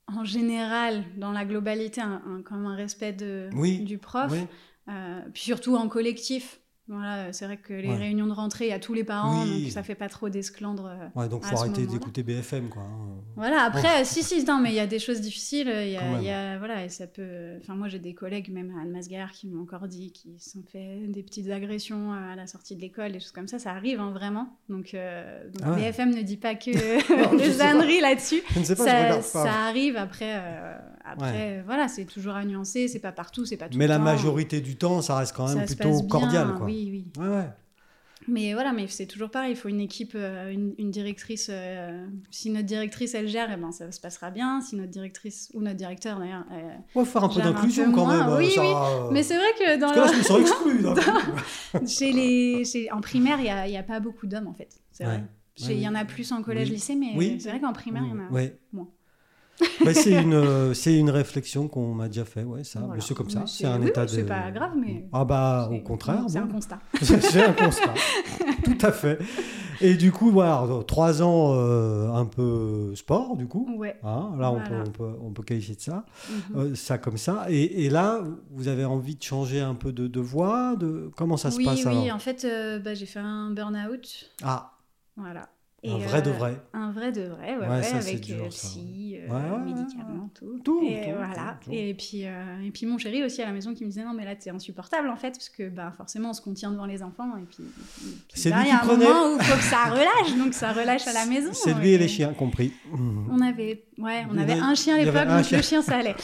[SPEAKER 2] en général, dans la globalité, un, un- quand même un respect de,
[SPEAKER 1] Oui,
[SPEAKER 2] du prof.
[SPEAKER 1] Ouais.
[SPEAKER 2] Euh, puis surtout en collectif. Voilà, c'est vrai que les
[SPEAKER 1] Ouais.
[SPEAKER 2] réunions de rentrée, il y a tous les parents,
[SPEAKER 1] Oui.
[SPEAKER 2] donc ça fait pas trop d'esclandre. euh.
[SPEAKER 1] Ouais, donc
[SPEAKER 2] À
[SPEAKER 1] faut
[SPEAKER 2] ce
[SPEAKER 1] arrêter
[SPEAKER 2] moment-là.
[SPEAKER 1] d'écouter BFM, quoi. hein.
[SPEAKER 2] Voilà, après, euh, si, si, non, mais il y a des choses difficiles. euh, Il y
[SPEAKER 1] Quand
[SPEAKER 2] a,
[SPEAKER 1] même.
[SPEAKER 2] il y a- voilà, et ça peut. Enfin, moi, j'ai des collègues, même à Anne Masgard, qui m'ont encore dit qu'ils se sont fait des petites agressions euh, à la sortie de l'école, des choses comme ça. Ça arrive, hein, vraiment. Donc, euh, donc
[SPEAKER 1] Ah ouais.
[SPEAKER 2] BFM ne dit pas que
[SPEAKER 1] Non, je sais
[SPEAKER 2] des
[SPEAKER 1] pas.
[SPEAKER 2] âneries là-dessus.
[SPEAKER 1] Je ne sais pas, je
[SPEAKER 2] ça,
[SPEAKER 1] regarde pas.
[SPEAKER 2] ça arrive après. euh, après, voilà, c'est toujours à nuancer, c'est pas partout, c'est pas tout
[SPEAKER 1] Mais
[SPEAKER 2] le
[SPEAKER 1] la
[SPEAKER 2] temps.
[SPEAKER 1] majorité du temps, ça reste quand
[SPEAKER 2] ça
[SPEAKER 1] même
[SPEAKER 2] se
[SPEAKER 1] plutôt
[SPEAKER 2] passe bien,
[SPEAKER 1] cordial, quoi.
[SPEAKER 2] Oui, oui.
[SPEAKER 1] Ouais, ouais.
[SPEAKER 2] Mais voilà, mais c'est toujours pareil, il faut une équipe, euh, une, une directrice. euh, si notre directrice, elle gère, eh ben, ça se passera bien. Si notre directrice, ou notre directeur d'ailleurs. euh,
[SPEAKER 1] Ouais, faut faire un peu
[SPEAKER 2] J'aime un
[SPEAKER 1] d'inclusion
[SPEAKER 2] peu
[SPEAKER 1] quand
[SPEAKER 2] moins,
[SPEAKER 1] même. hein,
[SPEAKER 2] oui,
[SPEAKER 1] ça,
[SPEAKER 2] oui.
[SPEAKER 1] euh,
[SPEAKER 2] Mais c'est vrai que dans
[SPEAKER 1] Parce que là, je me sens exclu. d'un coup.
[SPEAKER 2] le- chez les, chez- en primaire, il n'y a, il y a pas beaucoup d'hommes, en fait. C'est
[SPEAKER 1] Ouais.
[SPEAKER 2] vrai. Chez- Il y en a plus en
[SPEAKER 1] Oui.
[SPEAKER 2] collège-lycée, mais
[SPEAKER 1] Oui.
[SPEAKER 2] c'est vrai qu'en primaire, il y en a.
[SPEAKER 1] Ouais.
[SPEAKER 2] moins.
[SPEAKER 1] Bah, c'est une, euh, c'est une réflexion qu'on m'a déjà fait, ouais, ça.
[SPEAKER 2] Voilà.
[SPEAKER 1] Mais c'est comme ça,
[SPEAKER 2] Mais
[SPEAKER 1] c'est un
[SPEAKER 2] oui,
[SPEAKER 1] état
[SPEAKER 2] oui, C'est
[SPEAKER 1] de-
[SPEAKER 2] pas grave, mais.
[SPEAKER 1] Ah bah, au
[SPEAKER 2] c'est-
[SPEAKER 1] contraire,
[SPEAKER 2] C'est
[SPEAKER 1] bon.
[SPEAKER 2] un constat.
[SPEAKER 1] C'est un constat. Tout à fait. Et du coup, voilà, alors, trois ans euh, un peu sport, du coup.
[SPEAKER 2] Ouais.
[SPEAKER 1] Hein, là, on,
[SPEAKER 2] Voilà.
[SPEAKER 1] peut, on, peut, on peut qualifier de ça.
[SPEAKER 2] Mhm.
[SPEAKER 1] Euh, ça comme ça. Et, et là, vous avez envie de changer un peu de, de voie de... Comment ça se
[SPEAKER 2] oui,
[SPEAKER 1] passe
[SPEAKER 2] oui,
[SPEAKER 1] alors
[SPEAKER 2] en fait, euh, bah, j'ai fait un burn-out.
[SPEAKER 1] Ah,
[SPEAKER 2] Voilà.
[SPEAKER 1] un
[SPEAKER 2] Et,
[SPEAKER 1] vrai de
[SPEAKER 2] euh,
[SPEAKER 1] vrai.
[SPEAKER 2] Un vrai de vrai, ouais,
[SPEAKER 1] Ouais,
[SPEAKER 2] ouais,
[SPEAKER 1] ça, c'est
[SPEAKER 2] avec
[SPEAKER 1] dur,
[SPEAKER 2] euh,
[SPEAKER 1] ça.
[SPEAKER 2] psy, euh,
[SPEAKER 1] Ouais, ouais, ouais,
[SPEAKER 2] médicaments, tout.
[SPEAKER 1] Tout,
[SPEAKER 2] et
[SPEAKER 1] tout,
[SPEAKER 2] voilà.
[SPEAKER 1] tout, tout.
[SPEAKER 2] Et puis, euh, et puis mon chéri aussi à la maison qui me disait non mais là t'es insupportable en fait parce que bah forcément on se contient devant les enfants et puis. et puis,
[SPEAKER 1] C'est
[SPEAKER 2] bah,
[SPEAKER 1] lui
[SPEAKER 2] il y a
[SPEAKER 1] qui
[SPEAKER 2] un
[SPEAKER 1] prenait.
[SPEAKER 2] moment où faut que ça relâche donc ça relâche à la maison.
[SPEAKER 1] C'est lui et les chiens, compris. Mm.
[SPEAKER 2] On avait, ouais, on
[SPEAKER 1] Il y
[SPEAKER 2] avait
[SPEAKER 1] avait-
[SPEAKER 2] un chien à
[SPEAKER 1] il y avait
[SPEAKER 2] l'époque
[SPEAKER 1] un
[SPEAKER 2] donc
[SPEAKER 1] chien.
[SPEAKER 2] le chien ça allait.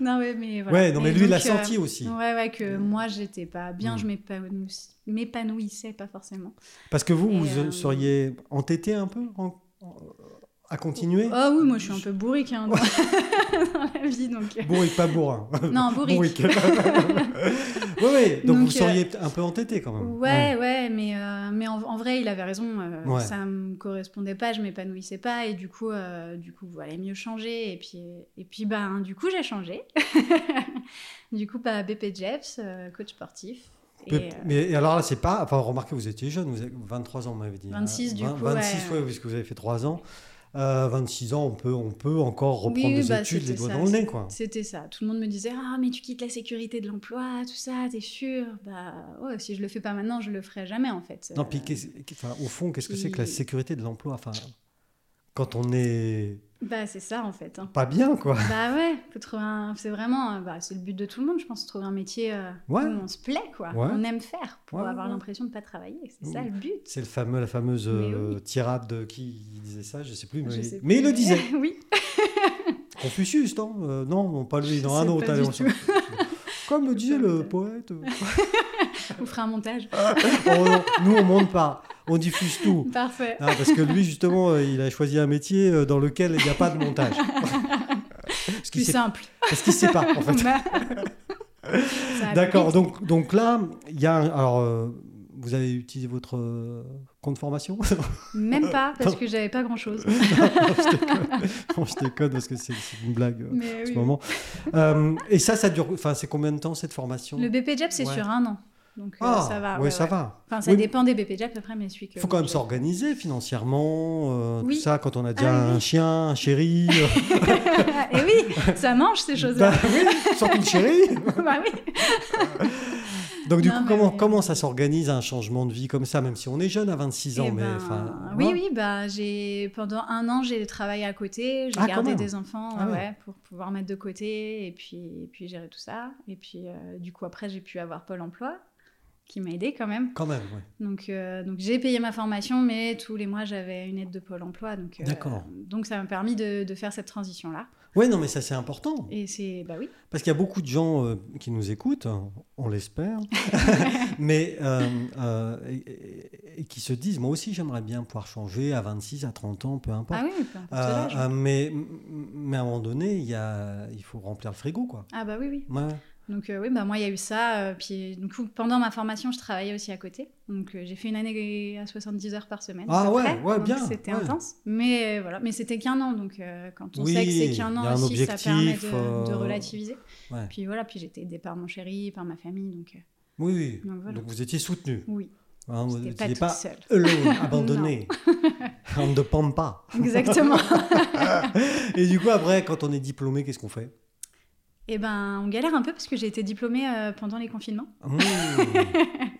[SPEAKER 2] non ouais, mais voilà.
[SPEAKER 1] Ouais, non, mais
[SPEAKER 2] Et
[SPEAKER 1] lui, il l'a
[SPEAKER 2] donc, euh,
[SPEAKER 1] senti aussi.
[SPEAKER 2] Ouais, ouais, que moi j'étais pas bien,
[SPEAKER 1] Mm.
[SPEAKER 2] je m'épanouissais- m'épanouissais pas forcément.
[SPEAKER 1] Parce que vous,
[SPEAKER 2] Et,
[SPEAKER 1] vous
[SPEAKER 2] euh,
[SPEAKER 1] seriez entêté un peu en- en- à continuer
[SPEAKER 2] Ah oui, moi je suis un peu bourrique hein, dans... dans la vie donc. euh,
[SPEAKER 1] Bourrique, pas bourrin.
[SPEAKER 2] Non, bourrique.
[SPEAKER 1] oui, oui, donc,
[SPEAKER 2] Donc, euh,
[SPEAKER 1] vous seriez un peu entêté quand même.
[SPEAKER 2] Ouais, ouais, mais, euh, mais en, en vrai, il avait raison. euh,
[SPEAKER 1] Ouais.
[SPEAKER 2] Ça me correspondait pas, je m'épanouissais pas et du coup, euh, du coup, voilà, mieux changer. Et puis, et puis ben, du coup, j'ai changé. du coup, bah, BP Jeps, euh, coach sportif. Et,
[SPEAKER 1] Peu-
[SPEAKER 2] euh,
[SPEAKER 1] Mais alors là, c'est pas. Enfin, remarquez, vous étiez jeune, vous avez 23 ans, vous m'avez dit.
[SPEAKER 2] 26 du coup,
[SPEAKER 1] 26,
[SPEAKER 2] ouais.
[SPEAKER 1] ouais, puisque vous avez fait 3 ans. Euh, 26 ans, on peut, on peut encore
[SPEAKER 2] Oui,
[SPEAKER 1] reprendre
[SPEAKER 2] oui,
[SPEAKER 1] des
[SPEAKER 2] bah,
[SPEAKER 1] études les
[SPEAKER 2] c'était
[SPEAKER 1] doigts
[SPEAKER 2] ça,
[SPEAKER 1] dans le nez, quoi.
[SPEAKER 2] C'était ça. Tout le monde me disait Ah, mais tu quittes la sécurité de l'emploi, tout ça, t'es sûr Bah, ouais, si je le fais pas maintenant, je le ferai jamais en fait.
[SPEAKER 1] Non,
[SPEAKER 2] Euh,
[SPEAKER 1] puis qu'est-ce- qu'est- enfin, au fond, qu'est-ce que c'est que la
[SPEAKER 2] puis-
[SPEAKER 1] sécurité de l'emploi Enfin, quand on est
[SPEAKER 2] Bah, c'est ça en fait. hein.
[SPEAKER 1] pas bien, quoi.
[SPEAKER 2] Bah ouais, faut trouver un... c'est vraiment euh, bah, c'est le but de tout le monde, je pense, trouver un métier euh,
[SPEAKER 1] Ouais.
[SPEAKER 2] où on se plaît, quoi.
[SPEAKER 1] Ouais.
[SPEAKER 2] On aime faire pour
[SPEAKER 1] Ouais,
[SPEAKER 2] avoir
[SPEAKER 1] ouais.
[SPEAKER 2] l'impression de pas travailler, c'est ça
[SPEAKER 1] Mm.
[SPEAKER 2] le but.
[SPEAKER 1] C'est le fameux, la fameuse
[SPEAKER 2] Mais
[SPEAKER 1] euh,
[SPEAKER 2] oui.
[SPEAKER 1] tirade de qui disait ça, je sais plus, mais,
[SPEAKER 2] Je sais
[SPEAKER 1] mais il
[SPEAKER 2] plus.
[SPEAKER 1] le disait.
[SPEAKER 2] oui.
[SPEAKER 1] Confucius, non Euh, Non, non, pas lui,
[SPEAKER 2] Je
[SPEAKER 1] dans
[SPEAKER 2] sais
[SPEAKER 1] un
[SPEAKER 2] pas
[SPEAKER 1] autre.
[SPEAKER 2] du
[SPEAKER 1] allez, on s'en-
[SPEAKER 2] tout.
[SPEAKER 1] Comme le disait
[SPEAKER 2] pas
[SPEAKER 1] le
[SPEAKER 2] du tout.
[SPEAKER 1] poète.
[SPEAKER 2] On fera un montage.
[SPEAKER 1] Oh non, nous, on monte pas. on diffuse tout.
[SPEAKER 2] Parfait.
[SPEAKER 1] Ah, parce que lui, justement, euh, il a choisi un métier euh, dans lequel il n'y a pas de montage. parce qu'il
[SPEAKER 2] Plus
[SPEAKER 1] sait-
[SPEAKER 2] simple.
[SPEAKER 1] parce qu'il ne sait pas, en fait.
[SPEAKER 2] Bah. Ça va
[SPEAKER 1] D'accord,
[SPEAKER 2] vite.
[SPEAKER 1] donc, donc là, il y a un- Alors, euh, vous avez utilisé votre euh, compte formation
[SPEAKER 2] Même pas, parce que j'avais pas grand chose.
[SPEAKER 1] Euh, Non, Je déconne parce que c'est c'est une blague euh,
[SPEAKER 2] Mais
[SPEAKER 1] en ce
[SPEAKER 2] oui,
[SPEAKER 1] moment. Euh, et ça, ça dure. Enfin, c'est combien de temps cette formation
[SPEAKER 2] Le BPJEP, c'est
[SPEAKER 1] Ouais.
[SPEAKER 2] sur un an. Donc euh,
[SPEAKER 1] Ah,
[SPEAKER 2] ça va.
[SPEAKER 1] Oui,
[SPEAKER 2] ouais,
[SPEAKER 1] ça
[SPEAKER 2] ouais.
[SPEAKER 1] va.
[SPEAKER 2] Enfin, ça
[SPEAKER 1] Oui, mais-
[SPEAKER 2] dépend des BPJEP après, mais celui que.
[SPEAKER 1] Il faut quand même s'organiser financièrement, euh,
[SPEAKER 2] Oui.
[SPEAKER 1] tout ça, quand on a déjà
[SPEAKER 2] Ah oui.
[SPEAKER 1] un chien, un chéri. euh,
[SPEAKER 2] Et oui, ça mange ces
[SPEAKER 1] bah
[SPEAKER 2] choses-là.
[SPEAKER 1] oui, surtout le chéri.
[SPEAKER 2] bah oui.
[SPEAKER 1] Donc, du
[SPEAKER 2] Non,
[SPEAKER 1] coup,
[SPEAKER 2] mais-
[SPEAKER 1] comment, comment ça s'organise un changement de vie comme ça, même si on est jeune à 26 ans
[SPEAKER 2] Eh
[SPEAKER 1] mais,
[SPEAKER 2] ben,
[SPEAKER 1] enfin, hein,
[SPEAKER 2] oui,
[SPEAKER 1] voilà.
[SPEAKER 2] oui, bah, j'ai, pendant un an, j'ai travaillé à côté, j'ai
[SPEAKER 1] Ah, quand
[SPEAKER 2] gardé
[SPEAKER 1] même.
[SPEAKER 2] des enfants
[SPEAKER 1] Ah
[SPEAKER 2] ouais,
[SPEAKER 1] ouais.
[SPEAKER 2] ouais, pour pouvoir mettre de côté et puis, et puis gérer tout ça. Et puis, euh, du coup, après, j'ai pu avoir Pôle emploi qui m'a aidé quand même.
[SPEAKER 1] Quand même, ouais.
[SPEAKER 2] Donc, euh, donc j'ai payé ma formation, mais tous les mois, j'avais une aide de Pôle emploi. Donc, euh,
[SPEAKER 1] D'accord.
[SPEAKER 2] donc ça m'a permis de, de faire cette transition-là.
[SPEAKER 1] Ouais, non, mais ça, c'est important.
[SPEAKER 2] Et c'est, bah oui.
[SPEAKER 1] Parce qu'il y a beaucoup de gens euh, qui nous écoutent, hein, on l'espère, mais euh, euh, et, et- et qui se disent, moi aussi j'aimerais bien pouvoir changer à 26, à 30 ans, peu importe.
[SPEAKER 2] Ah oui, peu importe
[SPEAKER 1] Euh,
[SPEAKER 2] l'âge.
[SPEAKER 1] euh, mais, mais à un moment donné, il, y a, il faut remplir le frigo, quoi.
[SPEAKER 2] Ah bah oui, oui.
[SPEAKER 1] Ouais.
[SPEAKER 2] Donc euh, oui, bah moi il y a eu ça. euh, puis du coup, pendant ma formation, je travaillais aussi à côté. Donc euh, j'ai fait une année à 70 heures par semaine.
[SPEAKER 1] Ah
[SPEAKER 2] à peu
[SPEAKER 1] ouais,
[SPEAKER 2] près.
[SPEAKER 1] ouais,
[SPEAKER 2] Donc,
[SPEAKER 1] bien,
[SPEAKER 2] C'était
[SPEAKER 1] ouais.
[SPEAKER 2] intense. Mais euh, voilà, mais c'était qu'un an. Donc euh, quand on
[SPEAKER 1] Oui,
[SPEAKER 2] sait que c'est qu'un
[SPEAKER 1] il y a un
[SPEAKER 2] an aussi,
[SPEAKER 1] objectif,
[SPEAKER 2] ça permet de,
[SPEAKER 1] euh,
[SPEAKER 2] de relativiser.
[SPEAKER 1] ouais.
[SPEAKER 2] Puis voilà, puis j'étais aidée par mon chéri, par ma famille. Donc euh,
[SPEAKER 1] Oui, oui.
[SPEAKER 2] Donc, voilà.
[SPEAKER 1] vous étiez soutenu.
[SPEAKER 2] oui,
[SPEAKER 1] Hein, vous
[SPEAKER 2] j'étais
[SPEAKER 1] n'étiez
[SPEAKER 2] pas toute
[SPEAKER 1] pas,
[SPEAKER 2] seule.
[SPEAKER 1] alone, abandonné. on ne dépend pas.
[SPEAKER 2] Exactement.
[SPEAKER 1] Et du coup, après, quand on est diplômé, qu'est-ce qu'on fait
[SPEAKER 2] Et ben on galère un peu parce que j'ai été diplômée euh, pendant les confinements.
[SPEAKER 1] Mmh.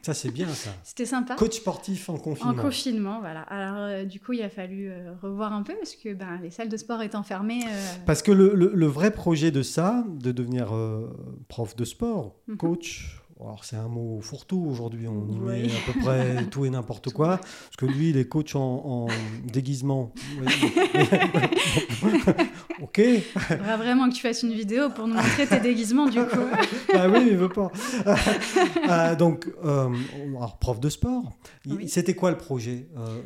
[SPEAKER 1] Ça, c'est bien, ça.
[SPEAKER 2] C'était sympa.
[SPEAKER 1] Coach sportif en confinement.
[SPEAKER 2] En confinement, voilà. Alors euh, du coup, il a fallu euh, revoir un peu parce que ben, les salles de sport étant fermées. euh,
[SPEAKER 1] Parce que le, le- le vrai projet de ça, de devenir euh, prof de sport,
[SPEAKER 2] Mhm.
[SPEAKER 1] coach, alors c'est un mot fourre-tout aujourd'hui, on y
[SPEAKER 2] Oui.
[SPEAKER 1] met à peu près tout et n'importe
[SPEAKER 2] Tout.
[SPEAKER 1] quoi, parce que lui, il est coach en, en déguisement. Ouais. ok,
[SPEAKER 2] faudra vraiment que tu fasses une vidéo pour nous montrer tes déguisements du coup.
[SPEAKER 1] ah oui, il veut pas. Ah, donc, euh, alors, prof de sport, il-
[SPEAKER 2] Oui.
[SPEAKER 1] c'était quoi le projet euh,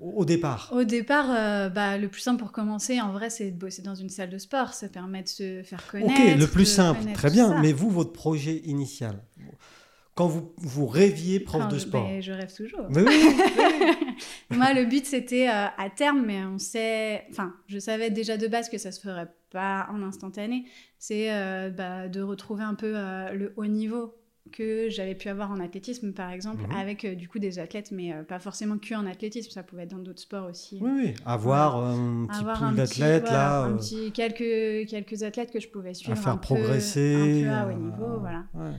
[SPEAKER 1] au au départ
[SPEAKER 2] Au départ, euh, bah, le plus simple pour commencer, en vrai, c'est de bosser dans une salle de sport. Ça permet de se faire connaître.
[SPEAKER 1] Ok, le plus
[SPEAKER 2] de
[SPEAKER 1] simple,
[SPEAKER 2] connaître
[SPEAKER 1] très
[SPEAKER 2] tout
[SPEAKER 1] bien,
[SPEAKER 2] euh, ça.
[SPEAKER 1] mais vous, votre projet initial, quand vous, vous rêviez prof
[SPEAKER 2] Enfin,
[SPEAKER 1] de
[SPEAKER 2] je-
[SPEAKER 1] sport
[SPEAKER 2] ben, je rêve toujours.
[SPEAKER 1] Mais oui,
[SPEAKER 2] Moi, le but, c'était euh, à terme, mais on sait. Enfin, je savais déjà de base que ça se ferait pas en instantané. C'est euh, bah, de retrouver un peu euh, le haut niveau que j'avais pu avoir en athlétisme, par exemple,
[SPEAKER 1] Mhm.
[SPEAKER 2] avec euh, du coup des athlètes, mais euh, pas forcément que en athlétisme. Ça pouvait être dans d'autres sports aussi.
[SPEAKER 1] Oui, oui, avoir euh, un petit
[SPEAKER 2] avoir
[SPEAKER 1] pool
[SPEAKER 2] un petit,
[SPEAKER 1] d'athlètes
[SPEAKER 2] voilà,
[SPEAKER 1] là,
[SPEAKER 2] un
[SPEAKER 1] euh,
[SPEAKER 2] petit- quelques, quelques athlètes que je pouvais suivre,
[SPEAKER 1] à
[SPEAKER 2] un
[SPEAKER 1] faire
[SPEAKER 2] peu-
[SPEAKER 1] progresser.
[SPEAKER 2] un peu à haut
[SPEAKER 1] euh,
[SPEAKER 2] niveau, voilà.
[SPEAKER 1] ouais.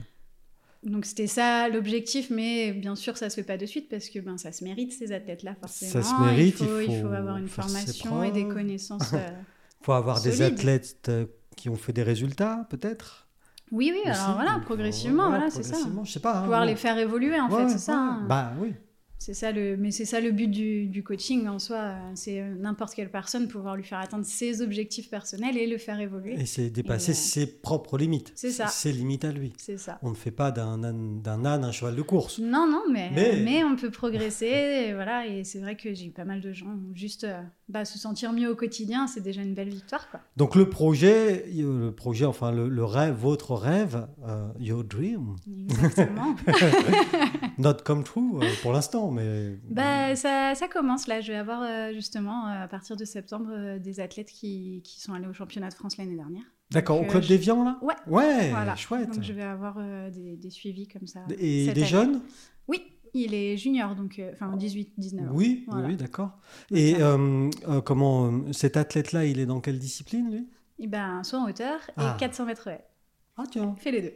[SPEAKER 2] Donc c'était ça l'objectif, mais bien sûr ça se fait pas de suite parce que ben ça se mérite ces athlètes là forcément.
[SPEAKER 1] Ça se mérite,
[SPEAKER 2] il faut,
[SPEAKER 1] il faut
[SPEAKER 2] avoir une
[SPEAKER 1] faire ses
[SPEAKER 2] formation et des
[SPEAKER 1] preuves.
[SPEAKER 2] connaissances. euh,
[SPEAKER 1] Faut avoir des
[SPEAKER 2] Solide.
[SPEAKER 1] athlètes euh, qui ont fait des résultats, peut-être.
[SPEAKER 2] Oui oui, alors
[SPEAKER 1] aussi,
[SPEAKER 2] voilà
[SPEAKER 1] donc,
[SPEAKER 2] progressivement, voilà, c'est ça.
[SPEAKER 1] progressivement, Je sais pas. hein,
[SPEAKER 2] Pouvoir
[SPEAKER 1] ouais.
[SPEAKER 2] les faire évoluer en
[SPEAKER 1] Ouais,
[SPEAKER 2] fait, c'est ça.
[SPEAKER 1] ouais.
[SPEAKER 2] hein.
[SPEAKER 1] Bah oui.
[SPEAKER 2] C'est ça le, mais c'est ça le but du, du coaching en soi. euh, C'est euh, n'importe quelle personne pouvoir lui faire atteindre ses objectifs personnels et le faire évoluer.
[SPEAKER 1] Et c'est dépasser
[SPEAKER 2] euh,
[SPEAKER 1] ses propres limites.
[SPEAKER 2] c'est ça.
[SPEAKER 1] Ses limites à lui.
[SPEAKER 2] C'est ça.
[SPEAKER 1] On ne fait pas d'un âne, d'un âne un cheval de course.
[SPEAKER 2] Non, non, mais,
[SPEAKER 1] Mais-
[SPEAKER 2] mais... on peut progresser, et voilà, et c'est vrai que j'ai eu pas mal de gens, juste euh, bah, se sentir mieux au quotidien, c'est déjà une belle victoire, quoi.
[SPEAKER 1] Donc le projet, euh, le projet, enfin le, le rêve, votre rêve, euh, your dream,
[SPEAKER 2] Exactement.
[SPEAKER 1] not come true euh, pour l'instant, mais.
[SPEAKER 2] bah, ça, ça commence, là, je vais avoir euh, justement, euh, à partir de septembre, euh, des athlètes qui, qui sont allés au championnat de France l'année dernière.
[SPEAKER 1] D'accord,
[SPEAKER 2] donc,
[SPEAKER 1] au
[SPEAKER 2] euh,
[SPEAKER 1] club
[SPEAKER 2] je-
[SPEAKER 1] des viands là.
[SPEAKER 2] Ouais,
[SPEAKER 1] Ouais,
[SPEAKER 2] voilà.
[SPEAKER 1] Eh, chouette.
[SPEAKER 2] Donc je vais avoir euh, des, des suivis comme ça.
[SPEAKER 1] Et
[SPEAKER 2] cette
[SPEAKER 1] des
[SPEAKER 2] année.
[SPEAKER 1] jeunes
[SPEAKER 2] Oui, il est junior, donc, euh, enfin, 18, 19 ans.
[SPEAKER 1] Oui,
[SPEAKER 2] Voilà.
[SPEAKER 1] oui, d'accord. Et
[SPEAKER 2] ça.
[SPEAKER 1] euh, euh, comment euh, cet athlète-là, il est dans quelle discipline lui
[SPEAKER 2] Et ben, soit en hauteur et
[SPEAKER 1] Ah.
[SPEAKER 2] 400 mètres haies.
[SPEAKER 1] Ah tiens.
[SPEAKER 2] Fais les deux.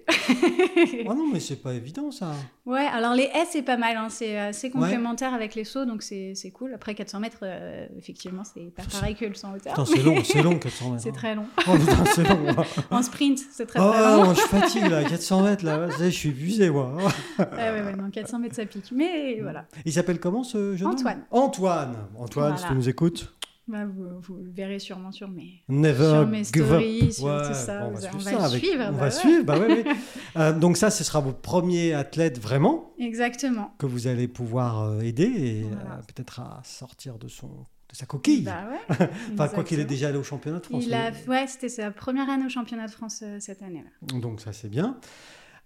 [SPEAKER 1] Ah non, mais c'est pas évident ça.
[SPEAKER 2] Ouais, alors les haies, c'est pas mal, hein. c'est assez
[SPEAKER 1] Ouais.
[SPEAKER 2] complémentaire avec les sauts, donc c'est c'est cool. Après 400 mètres, euh, effectivement, c'est pas
[SPEAKER 1] Ça, c'est-
[SPEAKER 2] pareil que le 100 hauteur.
[SPEAKER 1] Putain, c'est long, c'est long 400 mètres.
[SPEAKER 2] C'est très long.
[SPEAKER 1] Oh putain, c'est long.
[SPEAKER 2] En sprint, c'est très
[SPEAKER 1] Ah
[SPEAKER 2] très long.
[SPEAKER 1] ouais, je fatigue là, 400 mètres là, Ça y est, je suis épuisé moi.
[SPEAKER 2] Ouais, ouais, ouais, non, 400
[SPEAKER 1] Mm.
[SPEAKER 2] mètres, ça pique. Mais voilà.
[SPEAKER 1] Il s'appelle comment ce jeune homme
[SPEAKER 2] Antoine.
[SPEAKER 1] Antoine. Antoine, si tu
[SPEAKER 2] Voilà.
[SPEAKER 1] nous écoutes,
[SPEAKER 2] Bah, vous, vous le verrez sûrement sur mes,
[SPEAKER 1] Never
[SPEAKER 2] sur mes
[SPEAKER 1] give
[SPEAKER 2] stories,
[SPEAKER 1] up.
[SPEAKER 2] sur
[SPEAKER 1] Ouais,
[SPEAKER 2] tout ça.
[SPEAKER 1] bon, on
[SPEAKER 2] Vous-
[SPEAKER 1] va
[SPEAKER 2] on
[SPEAKER 1] suivre
[SPEAKER 2] va
[SPEAKER 1] ça
[SPEAKER 2] le
[SPEAKER 1] avec-
[SPEAKER 2] suivre.
[SPEAKER 1] on
[SPEAKER 2] bah
[SPEAKER 1] va
[SPEAKER 2] ouais.
[SPEAKER 1] suivre, bah ouais, ouais. Euh, donc ça, ce sera vos premiers athlètes vraiment
[SPEAKER 2] Exactement.
[SPEAKER 1] que vous allez pouvoir euh, aider et euh,
[SPEAKER 2] Voilà.
[SPEAKER 1] peut-être à sortir de son de sa coquille.
[SPEAKER 2] Bah ouais,
[SPEAKER 1] enfin, quoi qu'il ait
[SPEAKER 2] exactement.
[SPEAKER 1] déjà allé au championnat de France.
[SPEAKER 2] Il
[SPEAKER 1] mais-
[SPEAKER 2] a, ouais, c'était sa première année au championnat de France euh, cette année-là.
[SPEAKER 1] Donc ça c'est bien.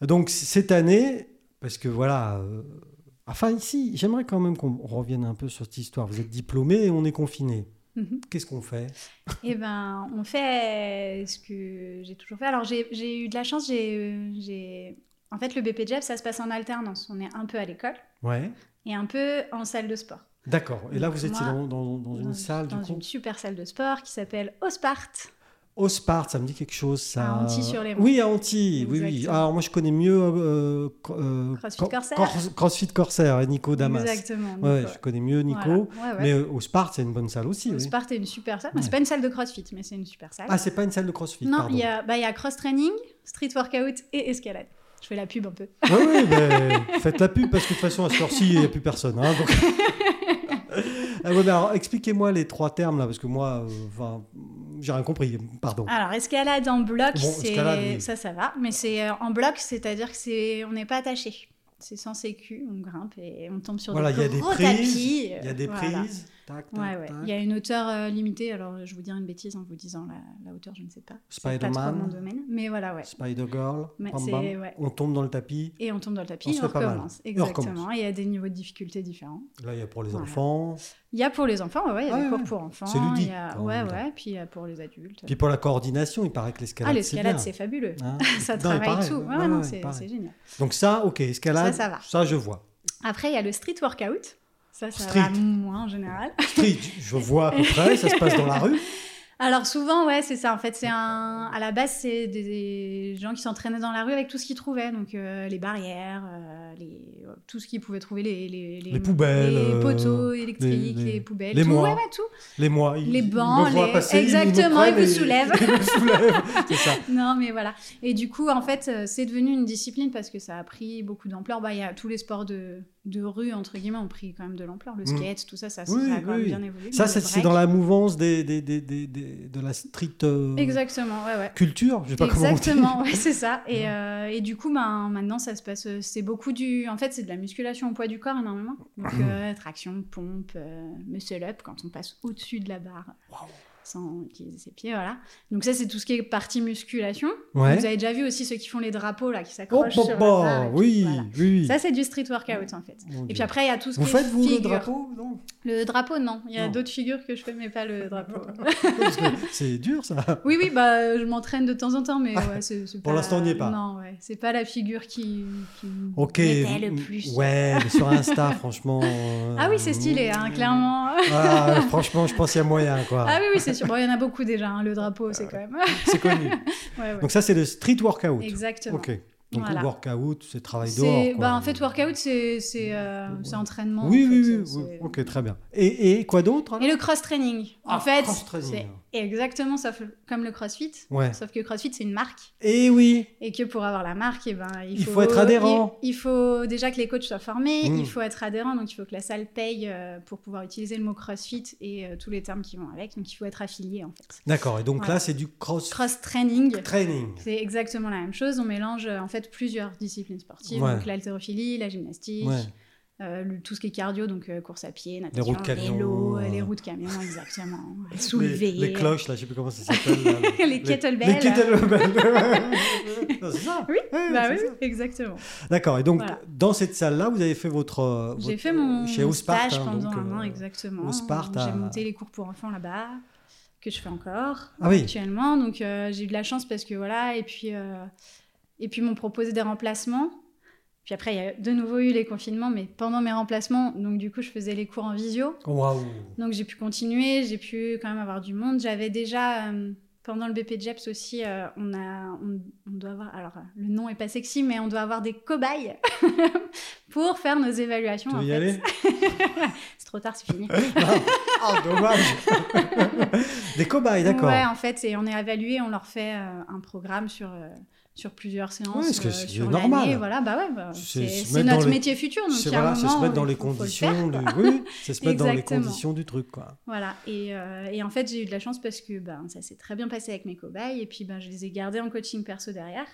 [SPEAKER 1] Donc c- cette année, parce que voilà, euh, enfin ici, j'aimerais quand même qu'on revienne un peu sur cette histoire. Vous êtes diplômé et on est confiné.
[SPEAKER 2] Mhm.
[SPEAKER 1] Qu'est-ce qu'on fait
[SPEAKER 2] Eh ben, on fait ce que j'ai toujours fait. Alors, j'ai- j'ai eu de la chance. J'ai, euh, j'ai- En fait, le BPJEP, ça se passe en alternance. On est un peu à l'école
[SPEAKER 1] Ouais.
[SPEAKER 2] et un peu en salle de sport.
[SPEAKER 1] D'accord. Et là
[SPEAKER 2] Donc,
[SPEAKER 1] vous étiez
[SPEAKER 2] moi,
[SPEAKER 1] dans, dans- dans une salle
[SPEAKER 2] dans
[SPEAKER 1] Ah, du coup.
[SPEAKER 2] une super salle de sport qui s'appelle Osparte.
[SPEAKER 1] Au Sparte, ça me dit quelque chose. Ça...
[SPEAKER 2] À Antilles-sur-les-Monts.
[SPEAKER 1] Oui, à Antilles. Oui, oui.
[SPEAKER 2] Exactement.
[SPEAKER 1] Alors moi je connais mieux euh, co- euh,
[SPEAKER 2] CrossFit
[SPEAKER 1] cor-
[SPEAKER 2] Corsair.
[SPEAKER 1] cor- CrossFit Corsair et Nico Damas.
[SPEAKER 2] Exactement.
[SPEAKER 1] Ouais,
[SPEAKER 2] Nico.
[SPEAKER 1] je connais mieux Nico.
[SPEAKER 2] Voilà. Ouais, ouais.
[SPEAKER 1] Mais euh, au Sparte, c'est une bonne salle aussi. oui.
[SPEAKER 2] Osparte est une super salle. Bah,
[SPEAKER 1] Ouais.
[SPEAKER 2] C'est pas une salle de CrossFit, mais c'est une super salle.
[SPEAKER 1] Ah, c'est pas une salle de CrossFit.
[SPEAKER 2] non,
[SPEAKER 1] pardon.
[SPEAKER 2] il y a, bah, il y a cross training, street workout et escalade. Je fais la pub un peu.
[SPEAKER 1] Oui, oui, mais ben, faites la pub parce que de toute façon, à ce heure-ci, il n'y a plus personne. hein, donc- Ah ouais, mais alors, expliquez-moi les trois termes là, parce que moi, euh, enfin, j'ai rien compris. Pardon.
[SPEAKER 2] Alors, escalade en bloc,
[SPEAKER 1] Bon,
[SPEAKER 2] c'est-
[SPEAKER 1] escalade, oui.
[SPEAKER 2] ça, ça va. Mais c'est euh, en bloc, c'est-à-dire que c'est on n'est pas attaché. C'est sans sécu, on grimpe et on tombe sur
[SPEAKER 1] voilà, il y a
[SPEAKER 2] des
[SPEAKER 1] des
[SPEAKER 2] gros
[SPEAKER 1] prises.
[SPEAKER 2] tapis. euh,
[SPEAKER 1] Il y a des
[SPEAKER 2] Voilà.
[SPEAKER 1] prises. Tac, tac,
[SPEAKER 2] Ouais, ouais.
[SPEAKER 1] tac.
[SPEAKER 2] Il y a une hauteur euh, limitée. Alors, je vous dirai une bêtise en vous disant la, la hauteur, je ne sais pas. C'est pas trop
[SPEAKER 1] Spider-Man.
[SPEAKER 2] mon domaine. Mais voilà, ouais.
[SPEAKER 1] Spider-Girl.
[SPEAKER 2] Mais
[SPEAKER 1] bam,
[SPEAKER 2] c'est-
[SPEAKER 1] bam.
[SPEAKER 2] ouais.
[SPEAKER 1] On tombe dans le tapis.
[SPEAKER 2] Et on tombe dans le tapis,
[SPEAKER 1] On
[SPEAKER 2] et
[SPEAKER 1] se
[SPEAKER 2] on
[SPEAKER 1] fait pas mal.
[SPEAKER 2] recommence.
[SPEAKER 1] Et on recommence.
[SPEAKER 2] Exactement. Et il y a des niveaux de difficulté différents.
[SPEAKER 1] Là, il y a pour les
[SPEAKER 2] Voilà.
[SPEAKER 1] enfants.
[SPEAKER 2] Il y a pour les enfants, ouais, ouais, il y a
[SPEAKER 1] Ouais,
[SPEAKER 2] des
[SPEAKER 1] ouais.
[SPEAKER 2] cours pour enfants.
[SPEAKER 1] C'est ludique,
[SPEAKER 2] il y a-
[SPEAKER 1] en
[SPEAKER 2] Ouais,
[SPEAKER 1] même temps.
[SPEAKER 2] ouais. Puis il y a pour les adultes.
[SPEAKER 1] Puis pour la coordination, il paraît que l'escalade.
[SPEAKER 2] ah, l'escalade,
[SPEAKER 1] bien.
[SPEAKER 2] c'est fabuleux.
[SPEAKER 1] Hein
[SPEAKER 2] Ça
[SPEAKER 1] Non,
[SPEAKER 2] travaille
[SPEAKER 1] pareil,
[SPEAKER 2] tout.
[SPEAKER 1] ouais,
[SPEAKER 2] Ouais,
[SPEAKER 1] ouais,
[SPEAKER 2] non,
[SPEAKER 1] ouais,
[SPEAKER 2] c'est
[SPEAKER 1] pareil.
[SPEAKER 2] c'est génial.
[SPEAKER 1] Donc, ça, ok, escalade.
[SPEAKER 2] Ça, ça va.
[SPEAKER 1] je vois.
[SPEAKER 2] Après, il y a le street workout. Ça, ça
[SPEAKER 1] Street.
[SPEAKER 2] va moins en général.
[SPEAKER 1] Street, je vois à peu près, ça se passe dans la rue.
[SPEAKER 2] Alors souvent, ouais, c'est ça. En fait, c'est un. À la base, c'est des, des gens qui s'entraînaient dans la rue avec tout ce qu'ils trouvaient, donc euh, les barrières, euh, les... tout ce qu'ils pouvaient trouver, les les,
[SPEAKER 1] Les poubelles,
[SPEAKER 2] les
[SPEAKER 1] euh,
[SPEAKER 2] poteaux électriques,
[SPEAKER 1] les-
[SPEAKER 2] les,
[SPEAKER 1] les-
[SPEAKER 2] poubelles,
[SPEAKER 1] les
[SPEAKER 2] tout.
[SPEAKER 1] mois.
[SPEAKER 2] Ouais, ouais, tout.
[SPEAKER 1] Les mois, ils,
[SPEAKER 2] Les
[SPEAKER 1] ils
[SPEAKER 2] bancs,
[SPEAKER 1] me voient
[SPEAKER 2] les-
[SPEAKER 1] passer, ils me
[SPEAKER 2] Exactement, ils
[SPEAKER 1] prennent
[SPEAKER 2] vous
[SPEAKER 1] et-
[SPEAKER 2] soulèvent.
[SPEAKER 1] Ils me soulèvent, c'est ça.
[SPEAKER 2] Non, mais voilà. Et du coup, en fait, euh, c'est devenu une discipline parce que ça a pris beaucoup d'ampleur. Bah, il y a tous les sports de, de rue entre guillemets ont pris quand même de l'ampleur. Le
[SPEAKER 1] Mm.
[SPEAKER 2] skate, tout ça, ça,
[SPEAKER 1] Oui,
[SPEAKER 2] ça a quand
[SPEAKER 1] oui.
[SPEAKER 2] même bien évolué.
[SPEAKER 1] Ça,
[SPEAKER 2] Le
[SPEAKER 1] c'est c'est
[SPEAKER 2] break.
[SPEAKER 1] dans la mouvance des, des- des- des- des- de la street euh,
[SPEAKER 2] Exactement, ouais, ouais.
[SPEAKER 1] culture. Je sais pas comment
[SPEAKER 2] Exactement, ouais, c'est ça. Et, euh, et du coup, ben, maintenant, ça se passe. euh, C'est beaucoup du. En fait, c'est de la musculation au poids du corps énormément. Donc,
[SPEAKER 1] Mmh.
[SPEAKER 2] euh, traction, pompe, euh, muscle up quand on passe au-dessus de la barre
[SPEAKER 1] Waouh.
[SPEAKER 2] sans utiliser ses pieds, voilà. Donc, ça, c'est tout ce qui est partie musculation.
[SPEAKER 1] on dit.
[SPEAKER 2] Vous
[SPEAKER 1] Ouais.
[SPEAKER 2] avez déjà vu aussi ceux qui font les drapeaux là, qui
[SPEAKER 1] Oh,
[SPEAKER 2] s'accrochent
[SPEAKER 1] bah,
[SPEAKER 2] sur la
[SPEAKER 1] bah,
[SPEAKER 2] barre et tout,
[SPEAKER 1] oui,
[SPEAKER 2] voilà.
[SPEAKER 1] oui.
[SPEAKER 2] Ça, c'est du street workout en fait.
[SPEAKER 1] Mon
[SPEAKER 2] Et puis
[SPEAKER 1] Dieu.
[SPEAKER 2] après, il y a tout ce
[SPEAKER 1] vous
[SPEAKER 2] qui est
[SPEAKER 1] faites vous le
[SPEAKER 2] figure.
[SPEAKER 1] drapeau non
[SPEAKER 2] Le drapeau, non. Il y a
[SPEAKER 1] Non.
[SPEAKER 2] d'autres figures que je fais, mais pas le drapeau.
[SPEAKER 1] Parce que C'est dur ça.
[SPEAKER 2] Oui, oui, bah, je m'entraîne de temps en temps, mais ouais, c'est, c'est
[SPEAKER 1] Ah, Pour
[SPEAKER 2] pas-
[SPEAKER 1] l'instant, on n'y est pas.
[SPEAKER 2] Non, ouais, c'est pas la figure qui, qui me
[SPEAKER 1] Ok. Mm,
[SPEAKER 2] plaît le plus.
[SPEAKER 1] Ouais, mais sur Insta, franchement. euh,
[SPEAKER 2] Ah oui, c'est stylé, hein, clairement.
[SPEAKER 1] Ah, franchement, je pense qu'il y a moyen quoi.
[SPEAKER 2] Ah oui, oui, c'est sûr. Bon, il y en a beaucoup déjà, hein, le
[SPEAKER 1] Ah,
[SPEAKER 2] drapeau, c'est quand même...
[SPEAKER 1] C'est connu.
[SPEAKER 2] Ouais, ouais.
[SPEAKER 1] Donc ça, c'est le street workout.
[SPEAKER 2] Exactement.
[SPEAKER 1] Ok. Donc
[SPEAKER 2] Voilà.
[SPEAKER 1] le workout, c'est travail
[SPEAKER 2] C'est-
[SPEAKER 1] dehors. quoi.
[SPEAKER 2] bah, en fait, workout, c'est, c'est, euh, c'est entraînement.
[SPEAKER 1] Oui,
[SPEAKER 2] en
[SPEAKER 1] oui,
[SPEAKER 2] fait,
[SPEAKER 1] oui,
[SPEAKER 2] c'est-
[SPEAKER 1] oui.
[SPEAKER 2] c'est-
[SPEAKER 1] Ok, très bien. Et, et quoi d'autre alors
[SPEAKER 2] Et le cross-training.
[SPEAKER 1] Ah,
[SPEAKER 2] en fait,
[SPEAKER 1] cross-training.
[SPEAKER 2] c'est exactement sauf, comme le crossfit.
[SPEAKER 1] Ouais.
[SPEAKER 2] Sauf que CrossFit, c'est une marque.
[SPEAKER 1] Et oui.
[SPEAKER 2] Et que pour avoir la marque, eh ben, il,
[SPEAKER 1] Il faut être adhérent.
[SPEAKER 2] Il, il faut déjà que les coachs soient formés,
[SPEAKER 1] Mm.
[SPEAKER 2] il faut être adhérent, donc il faut que la salle paye euh, pour pouvoir utiliser le mot CrossFit et euh, tous les termes qui vont avec. Donc il faut être affilié en fait.
[SPEAKER 1] D'accord. Et donc
[SPEAKER 2] Voilà.
[SPEAKER 1] là, c'est du cross,
[SPEAKER 2] Cross-training,
[SPEAKER 1] training.
[SPEAKER 2] c'est exactement la même chose. On mélange euh, en fait plusieurs disciplines sportives,
[SPEAKER 1] Ouais.
[SPEAKER 2] donc l'haltérophilie, la gymnastique.
[SPEAKER 1] Ouais.
[SPEAKER 2] euh, le- tout ce qui est cardio, donc euh, course à pied, natation,
[SPEAKER 1] roues de camion,
[SPEAKER 2] vélo,
[SPEAKER 1] euh,
[SPEAKER 2] euh, les roues de camion, exactement.
[SPEAKER 1] Les,
[SPEAKER 2] Soulever.
[SPEAKER 1] les cloches, là, je sais plus comment ça s'appelle. là, le-
[SPEAKER 2] Les
[SPEAKER 1] le-
[SPEAKER 2] kettlebells.
[SPEAKER 1] Les kettlebells. Non, c'est ça.
[SPEAKER 2] Oui,
[SPEAKER 1] Ouais,
[SPEAKER 2] Bah
[SPEAKER 1] c'est
[SPEAKER 2] oui,
[SPEAKER 1] ça.
[SPEAKER 2] exactement.
[SPEAKER 1] D'accord. Et donc,
[SPEAKER 2] Voilà.
[SPEAKER 1] dans cette salle-là, vous avez fait votre. euh,
[SPEAKER 2] J'ai
[SPEAKER 1] votre-
[SPEAKER 2] fait mon
[SPEAKER 1] Chez
[SPEAKER 2] mon
[SPEAKER 1] Osparte,
[SPEAKER 2] stage
[SPEAKER 1] hein,
[SPEAKER 2] pendant
[SPEAKER 1] donc,
[SPEAKER 2] un an,
[SPEAKER 1] euh,
[SPEAKER 2] exactement.
[SPEAKER 1] au Sparte, à-
[SPEAKER 2] J'ai monté les cours pour enfants là-bas, que je fais encore
[SPEAKER 1] Ah oui.
[SPEAKER 2] actuellement. Donc euh, j'ai eu de la chance parce que voilà, et puis, euh, et puis ils m'ont proposé des remplacements. Puis après, il y a de nouveau eu les confinements, mais pendant mes remplacements, donc du coup, je faisais les cours en visio.
[SPEAKER 1] Waouh.
[SPEAKER 2] Donc j'ai pu continuer, j'ai pu quand même avoir du monde. J'avais déjà, euh, pendant le BP Jeps aussi, euh, on, a, on, on doit avoir, alors euh, le nom est pas sexy, mais on doit avoir des cobayes pour faire nos évaluations.
[SPEAKER 1] Tu veux
[SPEAKER 2] en
[SPEAKER 1] y
[SPEAKER 2] fait.
[SPEAKER 1] aller
[SPEAKER 2] C'est trop tard, c'est fini.
[SPEAKER 1] Ah, dommage. Des cobayes, d'accord.
[SPEAKER 2] Ouais, en fait, et on est évalué, on leur fait euh, un programme sur, euh, sur plusieurs séances
[SPEAKER 1] Ouais, est-ce que
[SPEAKER 2] euh,
[SPEAKER 1] c'est
[SPEAKER 2] sur
[SPEAKER 1] normal
[SPEAKER 2] l'année. Voilà, bah ouais, bah,
[SPEAKER 1] C'est
[SPEAKER 2] c'est
[SPEAKER 1] se
[SPEAKER 2] c'est
[SPEAKER 1] mettre dans
[SPEAKER 2] notre
[SPEAKER 1] les-
[SPEAKER 2] métier futur. Donc
[SPEAKER 1] C'est
[SPEAKER 2] il y a un
[SPEAKER 1] voilà, c'est se
[SPEAKER 2] moment
[SPEAKER 1] mettre dans
[SPEAKER 2] où
[SPEAKER 1] les
[SPEAKER 2] il faut- faut le faire,
[SPEAKER 1] conditions
[SPEAKER 2] quoi.
[SPEAKER 1] du oui, c'est se mettre dans les
[SPEAKER 2] Exactement.
[SPEAKER 1] conditions du truc quoi.
[SPEAKER 2] Voilà, et, euh, et en fait, j'ai eu de la chance parce que ben, ça s'est très bien passé avec mes cobayes, et puis ben, je les ai gardés en coaching perso derrière.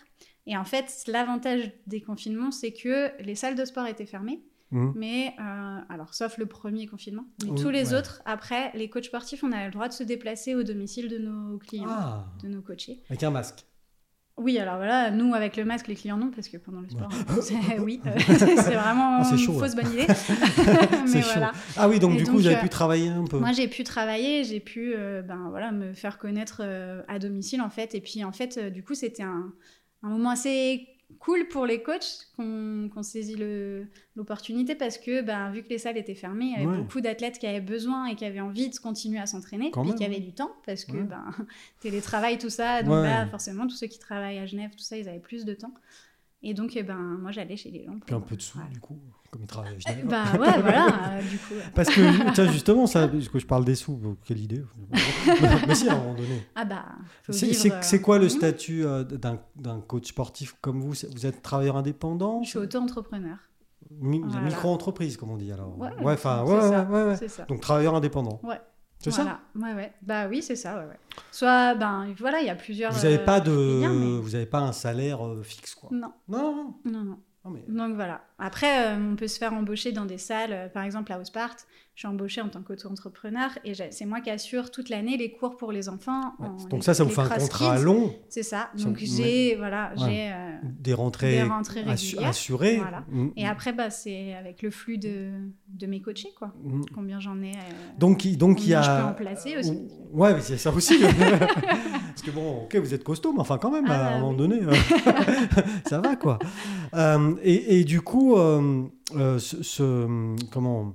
[SPEAKER 2] Et en fait, l'avantage des confinements, c'est que les salles de sport étaient fermées,
[SPEAKER 1] Mhm.
[SPEAKER 2] mais euh, alors sauf le premier confinement, mais
[SPEAKER 1] Oui,
[SPEAKER 2] tous les
[SPEAKER 1] ouais.
[SPEAKER 2] autres, après, les coachs sportifs, on a le droit de se déplacer au domicile de nos clients,
[SPEAKER 1] Ah,
[SPEAKER 2] de nos coachés.
[SPEAKER 1] avec un masque.
[SPEAKER 2] Oui, alors voilà, nous avec le masque, les clients non, parce que pendant le sport,
[SPEAKER 1] Ouais.
[SPEAKER 2] on- c'est- oui, euh, c'est vraiment
[SPEAKER 1] Ah, c'est chaud,
[SPEAKER 2] une fausse bonne idée.
[SPEAKER 1] C'est
[SPEAKER 2] mais
[SPEAKER 1] chaud.
[SPEAKER 2] voilà.
[SPEAKER 1] Ah oui, donc
[SPEAKER 2] Et
[SPEAKER 1] du coup,
[SPEAKER 2] donc,
[SPEAKER 1] vous avez
[SPEAKER 2] euh,
[SPEAKER 1] pu travailler un peu.
[SPEAKER 2] Moi, j'ai pu travailler, j'ai pu euh, ben, voilà, me faire connaître euh, à domicile, en fait. Et puis, en fait, euh, du coup, c'était un, un moment assez cool pour les coachs qu'on qu'on saisit le- l'opportunité parce que, ben, vu que les salles étaient fermées, il y avait
[SPEAKER 1] Ouais.
[SPEAKER 2] beaucoup d'athlètes qui avaient besoin et qui avaient envie de continuer à s'entraîner,
[SPEAKER 1] Quand
[SPEAKER 2] puis
[SPEAKER 1] même,
[SPEAKER 2] qui
[SPEAKER 1] hein.
[SPEAKER 2] avaient du temps parce que,
[SPEAKER 1] Ouais.
[SPEAKER 2] ben, télétravail, tout ça. Donc
[SPEAKER 1] Ouais.
[SPEAKER 2] là, forcément, tous ceux qui travaillent à Genève, tout ça, ils avaient plus de temps. Et donc, eh ben, moi, j'allais chez les gens.
[SPEAKER 1] Puis
[SPEAKER 2] pour-
[SPEAKER 1] un peu de sous
[SPEAKER 2] Voilà.
[SPEAKER 1] du coup, comme il travaille. je
[SPEAKER 2] Euh,
[SPEAKER 1] dirais.
[SPEAKER 2] Bah ouais, voilà, euh, du coup. euh.
[SPEAKER 1] Parce que tiens, justement, ça, parce que je parle des sous, bon, quelle idée. Mais si, à un moment donné.
[SPEAKER 2] Ah bah, faut
[SPEAKER 1] C'est-
[SPEAKER 2] vivre,
[SPEAKER 1] C'est c'est quoi
[SPEAKER 2] euh,
[SPEAKER 1] le
[SPEAKER 2] mhm.
[SPEAKER 1] statut euh, d'un d'un coach sportif comme vous C'est- Vous êtes travailleur indépendant
[SPEAKER 2] Je suis auto-entrepreneur.
[SPEAKER 1] Mi-
[SPEAKER 2] Voilà.
[SPEAKER 1] Micro-entreprise, comme on dit alors.
[SPEAKER 2] Ouais,
[SPEAKER 1] Ouais, enfin,
[SPEAKER 2] c'est
[SPEAKER 1] ouais,
[SPEAKER 2] ça,
[SPEAKER 1] ouais, ouais, ouais.
[SPEAKER 2] C'est ça.
[SPEAKER 1] Donc travailleur indépendant.
[SPEAKER 2] Ouais.
[SPEAKER 1] C'est ça
[SPEAKER 2] voilà. Ouais, ouais. Bah oui, c'est ça. Ouais, ouais. Soit, ben voilà, il y a plusieurs.
[SPEAKER 1] Vous n'avez
[SPEAKER 2] euh,
[SPEAKER 1] pas, de...
[SPEAKER 2] liens, mais-
[SPEAKER 1] vous avez pas un salaire euh, fixe, quoi.
[SPEAKER 2] Non,
[SPEAKER 1] Non, non,
[SPEAKER 2] non, non.
[SPEAKER 1] non, mais...
[SPEAKER 2] Donc voilà. Après, euh, on peut se faire embaucher dans des salles. euh, Par exemple, à Ospart, je suis embauchée en tant qu'auto-entrepreneur et j'ai- c'est moi qui assure toute l'année les cours pour les enfants.
[SPEAKER 1] Ouais.
[SPEAKER 2] en- les-
[SPEAKER 1] Donc ça, ça vous
[SPEAKER 2] les
[SPEAKER 1] fait un
[SPEAKER 2] cross
[SPEAKER 1] contrat
[SPEAKER 2] kids.
[SPEAKER 1] long,
[SPEAKER 2] C'est ça.
[SPEAKER 1] Ça
[SPEAKER 2] Donc
[SPEAKER 1] vous-
[SPEAKER 2] j'ai, voilà,
[SPEAKER 1] Ouais.
[SPEAKER 2] j'ai euh,
[SPEAKER 1] des rentrées,
[SPEAKER 2] des rentrées
[SPEAKER 1] assu-
[SPEAKER 2] régulières.
[SPEAKER 1] assurées.
[SPEAKER 2] Voilà.
[SPEAKER 1] Mm,
[SPEAKER 2] Et après, bah, c'est avec le flux de, de mes coachés, quoi.
[SPEAKER 1] mm.
[SPEAKER 2] Combien j'en ai. euh,
[SPEAKER 1] Donc, il- donc il y
[SPEAKER 2] combien
[SPEAKER 1] a...
[SPEAKER 2] je peux en placer aussi.
[SPEAKER 1] Euh, Ou- Ouais, mais c'est ça aussi. Parce que bon, ok, vous êtes costaud, mais enfin quand même, à
[SPEAKER 2] Ah,
[SPEAKER 1] un
[SPEAKER 2] bah
[SPEAKER 1] moment
[SPEAKER 2] oui.
[SPEAKER 1] donné, euh, ça va quoi. Euh, et, et du coup, euh, euh, ce, ce- comment,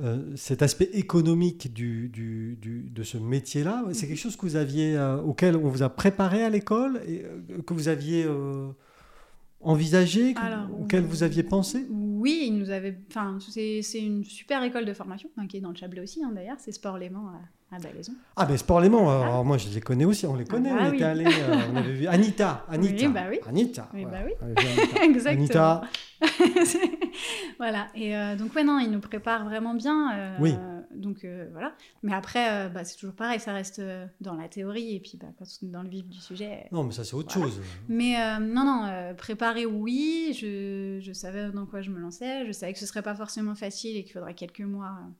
[SPEAKER 1] euh, cet aspect économique du, du- du- de ce métier-là,
[SPEAKER 2] Mhm.
[SPEAKER 1] c'est quelque chose que vous aviez, euh, auquel on vous a préparé à l'école et euh, que vous aviez euh, envisagé, que-
[SPEAKER 2] Alors, euh,
[SPEAKER 1] auquel
[SPEAKER 2] on-
[SPEAKER 1] vous aviez pensé.
[SPEAKER 2] Oui, il nous avait. Enfin, c'est c'est une super école de formation hein, qui est dans le Chablais aussi, hein, d'ailleurs. C'est Sport Léman à, à Balaison.
[SPEAKER 1] Ah, mais Sport Léman, alors moi je les connais aussi, on les connaît,
[SPEAKER 2] bah
[SPEAKER 1] on
[SPEAKER 2] oui.
[SPEAKER 1] était allés, euh, on avait vu Anita, Anita,
[SPEAKER 2] bah oui.
[SPEAKER 1] Anita.
[SPEAKER 2] Oui,
[SPEAKER 1] voilà.
[SPEAKER 2] bah oui.
[SPEAKER 1] On avait vu Anita.
[SPEAKER 2] Exactement.
[SPEAKER 1] Ah, Anita,
[SPEAKER 2] voilà. Et euh, donc, ouais, non, il nous prépare vraiment bien. euh,
[SPEAKER 1] Oui.
[SPEAKER 2] Donc, euh, voilà. Mais après, euh, bah, c'est toujours pareil, ça reste euh, dans la théorie. Et puis, bah, quand on est dans le vif du sujet,
[SPEAKER 1] non mais ça c'est autre
[SPEAKER 2] Voilà.
[SPEAKER 1] chose.
[SPEAKER 2] Mais euh, non, non, euh, préparer, oui, je, je savais dans quoi je me lançais, je savais que ce serait pas forcément facile et qu'il faudrait quelques mois. euh,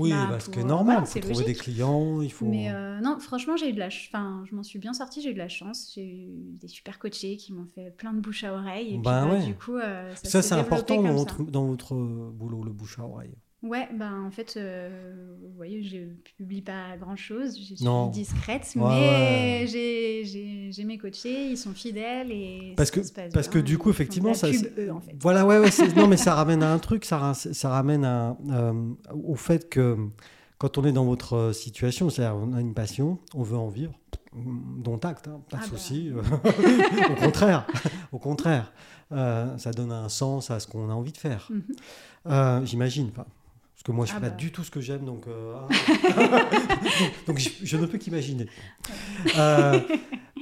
[SPEAKER 1] Oui,
[SPEAKER 2] Bah,
[SPEAKER 1] parce que
[SPEAKER 2] pour-
[SPEAKER 1] normal,
[SPEAKER 2] voilà,
[SPEAKER 1] il faut
[SPEAKER 2] c'est
[SPEAKER 1] trouver
[SPEAKER 2] logique.
[SPEAKER 1] des clients, il faut.
[SPEAKER 2] Mais euh, non, franchement, j'ai eu de la ch- enfin, je m'en suis bien sortie, j'ai eu de la chance, j'ai eu des super coachés qui m'ont fait plein de bouche à oreille. Et
[SPEAKER 1] Ben
[SPEAKER 2] puis, bah,
[SPEAKER 1] ouais.
[SPEAKER 2] du coup, euh, ça,
[SPEAKER 1] ça c'est
[SPEAKER 2] s'est développé
[SPEAKER 1] important
[SPEAKER 2] comme
[SPEAKER 1] dans
[SPEAKER 2] ça.
[SPEAKER 1] votre, dans votre euh, boulot, le bouche à oreille.
[SPEAKER 2] Ouais, ben en fait, euh, vous voyez, je publie pas grand chose, je suis
[SPEAKER 1] Non.
[SPEAKER 2] discrète,
[SPEAKER 1] Ouais,
[SPEAKER 2] mais j'ai- j'ai j'ai mes coachés, ils sont fidèles et
[SPEAKER 1] Parce
[SPEAKER 2] ça
[SPEAKER 1] que,
[SPEAKER 2] se passe
[SPEAKER 1] parce que
[SPEAKER 2] bien,
[SPEAKER 1] du
[SPEAKER 2] ils
[SPEAKER 1] coup,
[SPEAKER 2] font de
[SPEAKER 1] effectivement,
[SPEAKER 2] hein. la
[SPEAKER 1] ça.
[SPEAKER 2] pub,
[SPEAKER 1] c'est- euh,
[SPEAKER 2] eux, en fait.
[SPEAKER 1] Voilà, ouais, ouais. c'est- non, mais ça ramène à un truc, ça, ra- ça ramène à, euh, au fait que quand on est dans votre euh, situation, c'est-à-dire on a une passion, on veut en vivre, dont acte, hein, pas de
[SPEAKER 2] Ah bah.
[SPEAKER 1] souci. au contraire, au contraire, Euh, ça donne un sens à ce qu'on a envie de faire.
[SPEAKER 2] Mhm.
[SPEAKER 1] Euh, J'imagine, enfin, Parce que moi, je ne
[SPEAKER 2] Ah
[SPEAKER 1] sais pas
[SPEAKER 2] bah.
[SPEAKER 1] du tout ce que j'aime, donc, euh, ah. donc je, je ne peux qu'imaginer. Euh,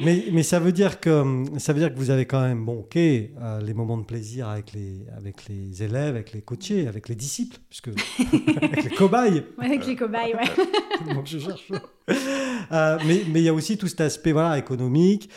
[SPEAKER 1] mais, mais ça veut dire que ça veut dire que vous avez quand même bon ok euh, les moments de plaisir avec les avec les élèves, avec les coachés, avec les disciples, puisque avec les cobayes.
[SPEAKER 2] Ouais, avec les cobayes, ouais.
[SPEAKER 1] Donc je cherche. Euh, mais mais il y a aussi tout cet aspect voilà économique,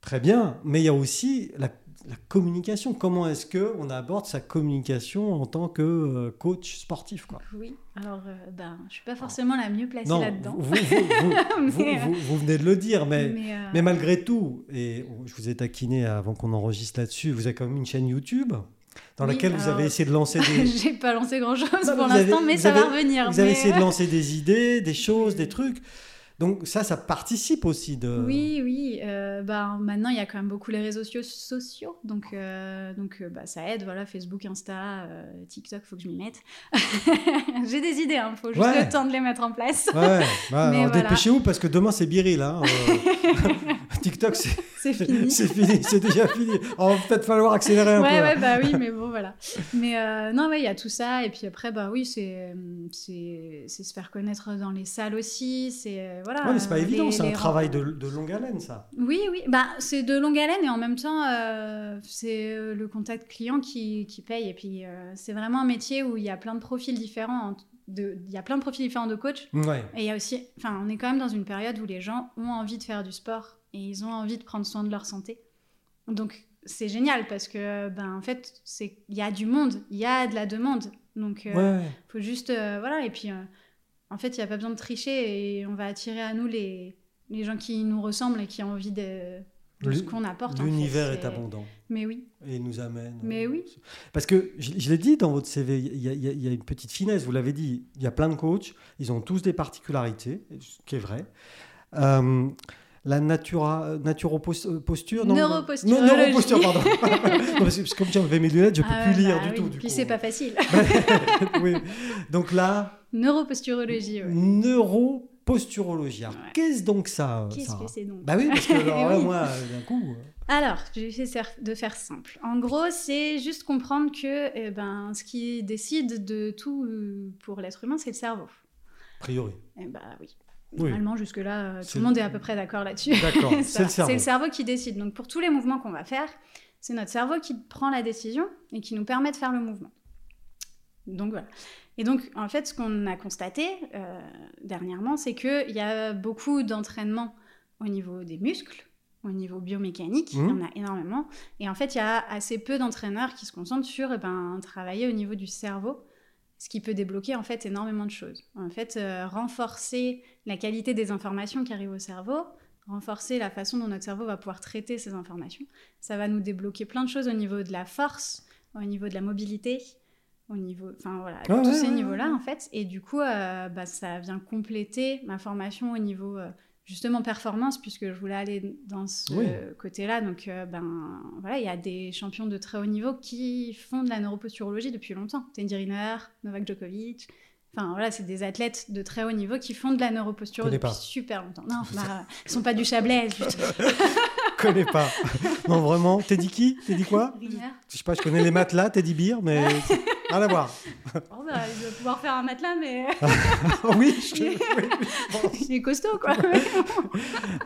[SPEAKER 1] très bien. Mais il y a aussi la la communication, comment est-ce que on aborde sa communication en tant que euh, coach sportif quoi
[SPEAKER 2] Oui, alors euh, ben, je suis pas forcément la mieux placée
[SPEAKER 1] Non,
[SPEAKER 2] là-dedans.
[SPEAKER 1] vous, vous, vous- vous-
[SPEAKER 2] Mais, euh,
[SPEAKER 1] vous- vous venez de le dire, mais
[SPEAKER 2] mais, euh,
[SPEAKER 1] mais malgré tout, et je vous ai taquiné avant qu'on enregistre là-dessus, vous avez quand même une chaîne YouTube dans
[SPEAKER 2] Oui,
[SPEAKER 1] laquelle vous
[SPEAKER 2] alors-
[SPEAKER 1] avez essayé de lancer des...
[SPEAKER 2] j'ai pas lancé grand-chose
[SPEAKER 1] Non,
[SPEAKER 2] pour
[SPEAKER 1] vous avez-
[SPEAKER 2] l'instant, mais
[SPEAKER 1] vous
[SPEAKER 2] ça va
[SPEAKER 1] avez-
[SPEAKER 2] revenir.
[SPEAKER 1] vous avez
[SPEAKER 2] mais,
[SPEAKER 1] essayé de
[SPEAKER 2] euh,
[SPEAKER 1] lancer des idées, des choses, des
[SPEAKER 2] Oui.
[SPEAKER 1] trucs. Donc ça, ça participe aussi de...
[SPEAKER 2] Oui, oui. euh, ben, maintenant, il y a quand même beaucoup les réseaux sociaux, sociaux donc, euh, donc euh, bah, ça aide. Voilà, Facebook, Insta, euh, TikTok, faut que je m'y mette. j'ai des idées, hein, faut juste
[SPEAKER 1] Ouais.
[SPEAKER 2] le temps de les mettre en place.
[SPEAKER 1] Ouais, ouais, alors
[SPEAKER 2] voilà.
[SPEAKER 1] dépêchez-vous parce que demain c'est Biril. Hein, euh. TikTok, c'est
[SPEAKER 2] C'est fini.
[SPEAKER 1] c'est fini, c'est déjà fini. On va peut-être falloir accélérer un peu. hein.
[SPEAKER 2] ouais,
[SPEAKER 1] là.
[SPEAKER 2] ouais, bah oui, mais bon, voilà. Mais euh, non, ouais, il y a tout ça. Et puis après, bah oui, c'est euh, c'est c'est se faire connaître dans les salles aussi. C'est euh, voilà.
[SPEAKER 1] Ouais, mais c'est pas
[SPEAKER 2] euh,
[SPEAKER 1] évident,
[SPEAKER 2] les-
[SPEAKER 1] c'est un
[SPEAKER 2] les
[SPEAKER 1] travail de, de longue haleine, ça.
[SPEAKER 2] Oui, oui, bah, c'est de longue haleine et en même temps, euh, c'est euh, le contact client qui, qui paye. Et puis, euh, c'est vraiment un métier où il y a plein de profils différents. en- de- Il y a plein de profils différents de coach.
[SPEAKER 1] Ouais.
[SPEAKER 2] Et il y a aussi, enfin, on est quand même dans une période où les gens ont envie de faire du sport et ils ont envie de prendre soin de leur santé. Donc, c'est génial parce que, ben, en fait, c'est il y a du monde, il y a de la demande. Donc, euh,
[SPEAKER 1] Ouais.
[SPEAKER 2] faut juste. euh, voilà, et puis euh, en fait, il n'y a pas besoin de tricher et on va attirer à nous les, les gens qui nous ressemblent et qui ont envie de, de ce
[SPEAKER 1] L'u-
[SPEAKER 2] qu'on apporte. en fait,
[SPEAKER 1] L'univers est
[SPEAKER 2] c'est-
[SPEAKER 1] abondant.
[SPEAKER 2] Mais oui,
[SPEAKER 1] Et il nous amène.
[SPEAKER 2] Mais
[SPEAKER 1] euh,
[SPEAKER 2] oui.
[SPEAKER 1] Parce que je, je l'ai dit dans votre CV, il y, a- il y a- il y a une petite finesse, vous l'avez dit, il y a plein de coachs, ils ont tous des particularités, ce qui est vrai. Euh, la natura, naturoposture, non
[SPEAKER 2] Neuroposturologie.
[SPEAKER 1] Non, neuroposture, pardon. non, parce que, parce que comme j'enlevais mes lunettes, je peux
[SPEAKER 2] Ah,
[SPEAKER 1] plus lire du
[SPEAKER 2] bah oui,
[SPEAKER 1] tout. Du
[SPEAKER 2] Puis
[SPEAKER 1] coup. hein.
[SPEAKER 2] c'est pas facile.
[SPEAKER 1] Oui. Donc là,
[SPEAKER 2] Neuroposturologie, ouais.
[SPEAKER 1] neuroposturologie. Alors,
[SPEAKER 2] Ouais.
[SPEAKER 1] Qu'est-ce donc ça euh,
[SPEAKER 2] Qu'est-ce
[SPEAKER 1] Sarah
[SPEAKER 2] que c'est donc
[SPEAKER 1] Bah oui, parce que alors, là,
[SPEAKER 2] Oui.
[SPEAKER 1] moi, euh, d'un coup. euh,
[SPEAKER 2] Alors, je vais essayer de faire- de faire simple. En gros, c'est juste comprendre que eh ben, ce qui décide de tout euh, pour l'être humain, c'est le cerveau.
[SPEAKER 1] A priori.
[SPEAKER 2] Eh ben oui.
[SPEAKER 1] Oui.
[SPEAKER 2] Normalement, jusque-là, euh, tout
[SPEAKER 1] C'est-
[SPEAKER 2] le monde est à peu près d'accord là-dessus.
[SPEAKER 1] D'accord, c'est
[SPEAKER 2] Ça,
[SPEAKER 1] le cerveau.
[SPEAKER 2] C'est le cerveau qui décide. Donc pour tous les mouvements qu'on va faire, c'est notre cerveau qui prend la décision et qui nous permet de faire le mouvement. Donc voilà. Et donc en fait, ce qu'on a constaté euh, dernièrement, c'est qu'il y a beaucoup d'entraînements au niveau des muscles, au niveau biomécanique, il y
[SPEAKER 1] Mmh.
[SPEAKER 2] en a énormément. Et en fait, il y a assez peu d'entraîneurs qui se concentrent sur eh ben, travailler au niveau du cerveau, ce qui peut débloquer en fait énormément de choses. En fait, euh, renforcer la qualité des informations qui arrivent au cerveau, renforcer la façon dont notre cerveau va pouvoir traiter ces informations. Ça va nous débloquer plein de choses au niveau de la force, au niveau de la mobilité, au niveau, enfin voilà,
[SPEAKER 1] Ouais,
[SPEAKER 2] tous
[SPEAKER 1] ouais,
[SPEAKER 2] ces
[SPEAKER 1] ouais,
[SPEAKER 2] niveaux-là en fait. Et du coup, euh, bah, ça vient compléter ma formation au niveau euh, justement performance puisque je voulais aller dans ce
[SPEAKER 1] Oui.
[SPEAKER 2] côté-là. Donc euh, ben voilà, il y a des champions de très haut niveau qui font de la neuroposturologie depuis longtemps. Teddy Riner, Novak Djokovic. Enfin voilà, c'est des athlètes de très haut niveau qui font de la neuroposturo
[SPEAKER 1] Connais
[SPEAKER 2] depuis
[SPEAKER 1] pas.
[SPEAKER 2] super longtemps. Non, bah, ils sont pas du Chablais. juste.
[SPEAKER 1] connais pas. non, vraiment. T'es dit qui T'es dit quoi
[SPEAKER 2] Riner.
[SPEAKER 1] Je sais pas, je connais les matelas, Teddy Beer, mais rien à voir.
[SPEAKER 2] Bon, bah, il doit pouvoir faire un matelas, mais
[SPEAKER 1] oui, je- oui, je pense.
[SPEAKER 2] il est costaud quoi.